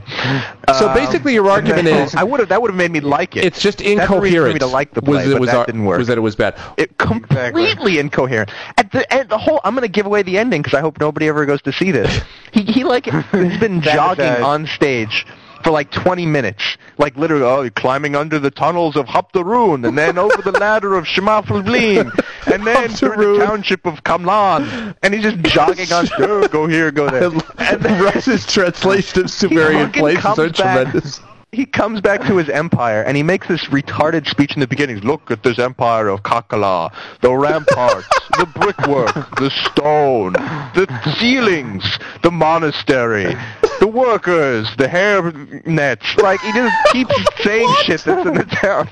C: So
E: Um,
C: basically, your
E: <laughs>
C: argument is
E: I would have that would have made me like it.
C: it's just
E: That's the reason for
C: incoherent.
E: me to like the
C: was
E: play,
C: it
E: but
C: was
E: that
C: our-
E: didn't work.
C: Was that it was bad?
E: It completely incoherent. At the end, the whole I'm going to give away the ending because I hope nobody ever goes to see this. He he like has been
D: That is,
E: jogging
D: uh,
E: on stage for like 20 minutes, like literally oh, climbing under the tunnels of Haptaroon and then over the ladder of Shemaflevlin and then through
C: Haptarun.
E: the township of Kamlan, and he's just jogging on. "Oh, go here, go there. And
C: <laughs>
E: then
C: Russ's translation
E: <laughs>
C: of Sumerian
E: fucking
C: places are
E: comes back.
C: tremendous.
E: he comes back to his empire and he makes this retarded speech in the beginning. Look at this empire of Kakala, the ramparts, the brickwork, the stone, the ceilings, the monastery, the workers, the hair nets. Like he just keeps saying shit that's in the town.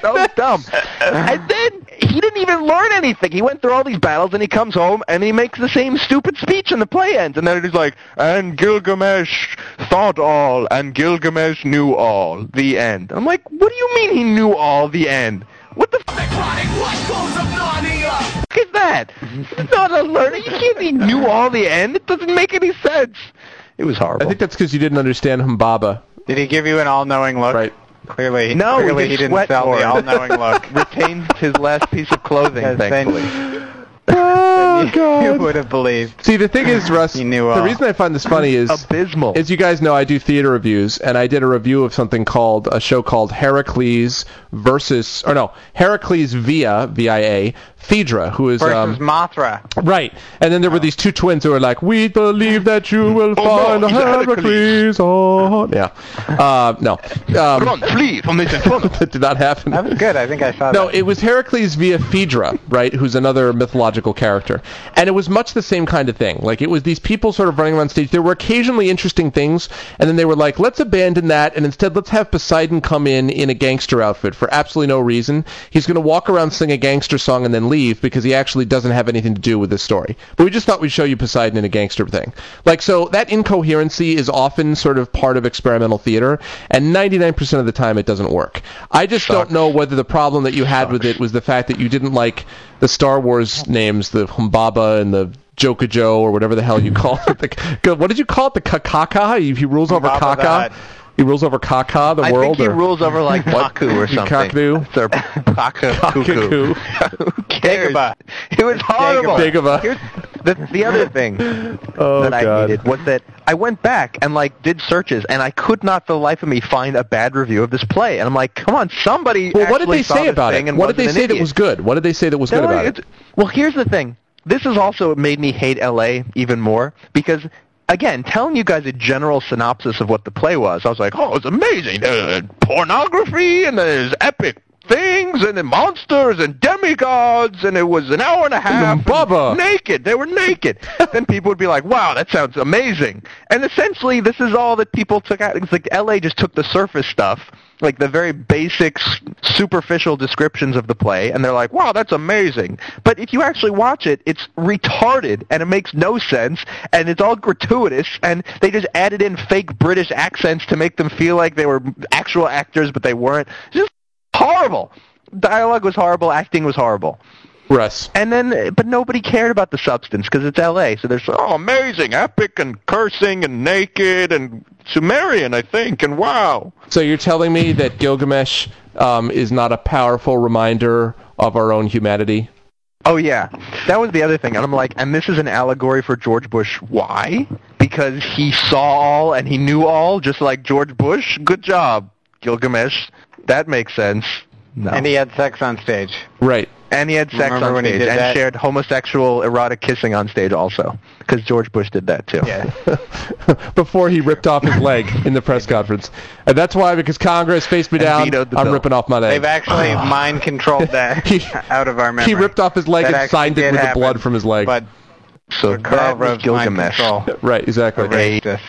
E: so
C: <laughs>
E: dumb. And then he didn't even learn anything. He went through all these battles and he comes home and he makes the same stupid speech and the play ends. And then he's like, and Gilgamesh thought all and Gilgamesh knew all. The end. I'm like, what do you mean he knew all? The end. What the f- is that? He's not a learner. You can't he knew all the end. It doesn't make any sense. It was horrible.
C: I think that's because you didn't understand Humbaba,
D: Did he give you an all-knowing look?
C: right?
D: Clearly,
E: No, he
D: clearly
E: just
D: he didn't
E: sweat
D: sell
E: more.
C: <laughs>
D: the all-knowing look.
E: retained his last piece of clothing,
D: Yes, then-
E: thankfully.
C: Oh
D: <laughs> You would have
C: <laughs>
D: believed.
C: See, the thing is, Russ,
D: He knew
C: the
D: all.
C: reason I find this
E: <laughs>
C: funny is
E: Abysmal.
C: As you guys know, I do theater reviews, and I did a review of something called a show called Heracles versus, or no, Heracles via VIA Phaedra, who is um,
D: Versus Mothra.
C: right. And then there were these two twins who were like, "We believe that you will find
E: he's
C: Heracles." On. Yeah, uh, no, um, <laughs>
E: flee <laughs> from this inferno.
C: that did not happen.
D: That was good. I think I saw
C: No,
D: that.
C: it was Heracles via Phaedra, right? Who's another mythological character, and it was much the same kind of thing. Like it was these people sort of running around stage. There were occasionally interesting things, and then they were like, "Let's abandon that, and instead let's have Poseidon come in in a gangster outfit for absolutely no reason. He's going to walk around, sing a gangster song, and then leave because he actually doesn't have anything to do with this story. But we just thought we'd show you Poseidon in a gangster thing. Like so, that incoherency is often sort of part of experimental theater, and 99% of the time it doesn't work. I just don't know whether the problem that you had with it was the fact that you didn't like the Star Wars names, the Humbaba and the Jokajo or whatever the hell you call it. The, what did you call it? The Kakaka? He, he rules over
D: Humbaba the
C: Kaka?
D: Hutt.
C: He rules over Kaka, the
E: I
C: world?
E: think he
C: or-
E: rules over like Kaku or
C: You
E: something.
C: cockadoo?
E: It's a Kaka
C: <laughs> Cuckoo.
E: cuckoo. Who cares?
D: Dagobah.
E: It was horrible.
C: Dagobah.
E: Here's the, the other <laughs> thing
C: Oh,
E: that I
C: God.
E: needed was that I went back and like did searches and I could not for the life of me find a bad review of this play. And I'm like, come on, somebody.
C: Well, what did
E: actually
C: they
E: saw
C: say
E: this
C: about
E: thing
C: it?
E: and
C: What did they
E: wasn't
C: say
E: an
C: that
E: idiot.
C: was good? What did they say that was good
E: No,
C: about it?
E: it's- Well, here's the thing. This has also made me hate LA even more because again, telling you guys a general synopsis of what the play was, I was like, "Oh, it's amazing. Uh, pornography and there's epic things and the monsters and demigods, and it was an hour and a half. and
C: Bubba.
E: Naked. They
C: <laughs>
E: were naked. then people would be like, wow, that sounds amazing. And essentially, this is all that people took out. It's like LA just took the surface stuff. Like the very basic, s- superficial descriptions of the play, and they're like, "Wow, that's amazing!" But if you actually watch it, it's retarded, and it makes no sense, and it's all gratuitous, and they just added in fake British accents to make them feel like they were actual actors, but they weren't. Just horrible. Dialogue was horrible. Acting was horrible.
C: Russ.
E: And then, but nobody cared about the substance because it's L.A. So there's oh, amazing, epic, and cursing, and naked, and Sumerian, I think, and wow.
C: So you're telling me that Gilgamesh um, is not a powerful reminder of our own humanity?
E: Oh yeah, that was the other thing. And I'm like, and this is an allegory for George Bush. Why? Because he saw all and he knew all, just like George Bush. Good job, Gilgamesh. That makes sense. No.
D: And he had sex on stage.
C: Right.
E: And he had sex
D: Remember
E: on
D: when he
E: stage
D: did
E: and
D: that?
E: shared homosexual erotic kissing on stage also. Because George Bush did that too.
D: Yeah.
C: Before he ripped off his leg in the press conference. And that's why, because Congress faced me down,
E: vetoed the
C: I'm
E: bill.
C: ripping off my leg.
D: They've
C: <sighs>
D: actually mind controlled that
C: He-
D: out of our memory.
C: he ripped off his leg
D: That
C: and signed
D: actually
C: it
D: did
C: with
D: happen,
C: the blood from his leg.
D: But
E: So
D: Karl
E: that was
D: Rove's mind
E: Gilgamesh.
D: control
C: right, exactly.
E: Right.
D: erased us.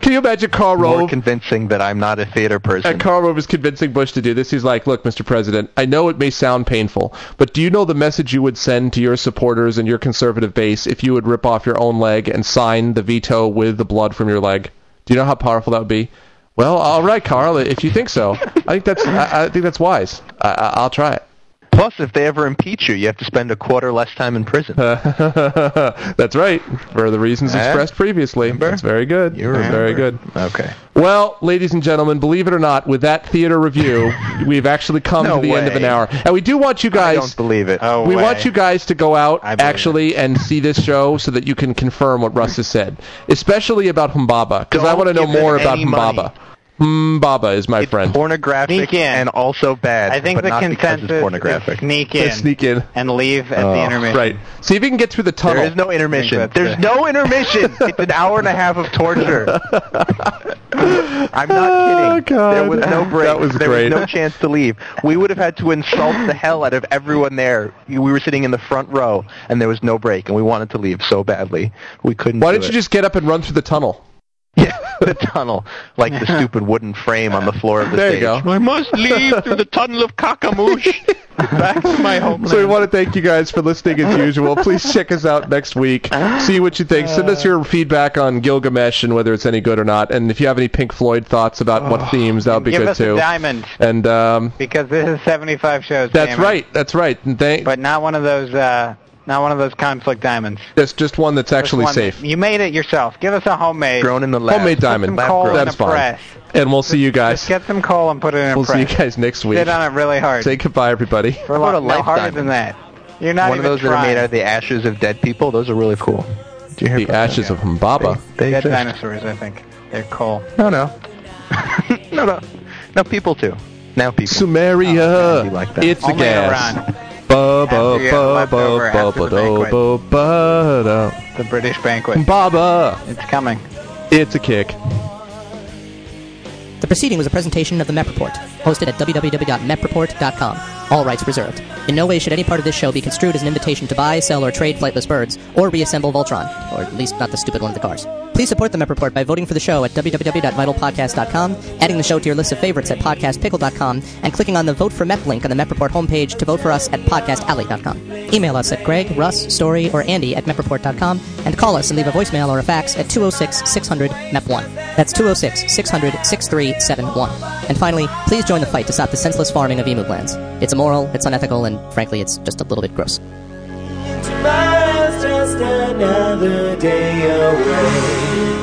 C: Can you imagine Karl
E: More
C: Rove?
E: convincing that I'm not a theater person.
C: And Karl Rove is convincing Bush to do this. He's like, look, Mr. President, I know it may sound painful, but do you know the message you would send to your supporters and your conservative base if you would rip off your own leg and sign the veto with the blood from your leg? Do you know how powerful that would be? Well, all right, Carl, if you think so. I think that's I, I think that's wise. I, I, I'll try it.
E: Plus, if they ever impeach you, you have to spend a quarter less time in prison.
C: Uh, that's right. For the reasons
E: Eh?
C: expressed previously.
E: Remember?
C: That's very good.
E: You
C: That's very
E: remember.
C: good.
E: okay.
C: Well, ladies and gentlemen, believe it or not, with that theater review, we've actually come
E: <laughs> No
C: to the end of an
E: way.
C: hour. And we do want you
E: I
C: guys
E: don't believe it.
D: Oh,
C: we
D: way.
C: want you guys to go out
D: I believe
C: actually and see this show so that you can confirm what Russ has said, especially about Humbaba, because I
E: Don't
C: want to know
E: give them
C: more about
E: any money.
C: Humbaba. Humbaba is my
E: It's
C: friend.
E: pornographic
D: Sneak in.
E: and also bad.
D: I think
E: but
D: the
E: not because
D: consensus
E: it's pornographic.
D: is sneak in,
C: Sneak in.
D: and leave at the
E: Oh,
D: intermission.
C: Right. See if you can get through the tunnel.
E: There is no intermission.
D: Oh, that's
E: There's
D: the-
E: no intermission. it's an hour and a half of torture. I'm not kidding.
C: Oh,
E: There was
C: God.
E: no break.
C: That was
E: there
C: great.
E: was no chance to leave. We would have had to insult the hell out of everyone there. We were sitting in the front row, and there was no break, and we wanted to leave so badly. We couldn't.
C: Why
E: do
C: don't
E: it.
C: you just get up and run through the tunnel?
E: Yeah, <laughs> the tunnel, like the stupid wooden frame on the floor of the
C: There you
E: stage.
C: go.
E: <laughs> I must leave through the tunnel of Kakamoosh back
C: <laughs>
E: to my homeland.
C: So we want to thank you guys for listening as usual. Please check us out next week. See what you think. Send us your feedback on Gilgamesh and whether it's any good or not. And if you have any Pink Floyd thoughts about what themes, that would be
D: Give
C: good
D: us
C: too.
D: a diamond
C: And um,
D: because this is 75 shows.
C: that's
D: damn it.
C: right. That's right. And thank.
D: But not one of those. Uh, not one of those conflict diamonds.
C: That's just one that's
D: Just
C: actually
D: one that-
C: safe.
D: You made it yourself. Give us a homemade.
E: Grown in the lab.
C: Homemade diamond.
D: Some coal in
C: That's
D: a
C: fine.
D: press.
C: And we'll see you
D: Just
C: guys.
D: get some coal and put it in a
C: We'll see you
D: press.
C: guys next week.
D: Sit on it really hard.
C: Say goodbye, everybody.
D: For
E: What
D: lo-
E: a
D: no
E: life
D: harder
E: diamond.
D: than that. You're not
E: One of
D: even
E: those that are
D: trying.
E: made out of the ashes of dead people. Those are really cool. Do you hear
C: The
E: about
C: ashes of Humbaba.
E: that? They
D: Dead
E: exist.
D: dinosaurs, I think. They're
E: <laughs>
D: coal.
E: No, no, no, no, no. People too. Now people.
D: Oh,
C: Sumeria.
E: be like that.
C: it's a
D: Only
C: gas.
D: Iran.
C: Ba ba
D: After you got
C: ba
D: left over
C: ba ba
D: after
C: ba
D: the
C: do
D: banquet.
C: ba ba da.
D: The British banquet.
C: Baba,
D: It's coming.
C: it's a kick.
F: The proceeding was a presentation of the MEP Report, hosted at www.mepreport.com. All rights reserved. In no way should any part of this show be construed as an invitation to buy, sell, or trade flightless birds, or reassemble Voltron, or at least not the stupid one with the cars. Please support the MEP Report by voting for the show at www.vitalpodcast.com, adding the show to your list of favorites at podcastpickle.com, and clicking on the Vote for MEP link on the MEP Report homepage to vote for us at podcastalley.com. Email us at Greg, Russ, Story, or Andy at mepreport.com, and call us and leave a voicemail or a fax at 206 600 MEP1. That's 206 600 6371. And finally, please join the fight to stop the senseless farming of emu glands. It's immoral, it's unethical, and frankly, it's just a little bit gross.
B: Tomorrow's just another day away.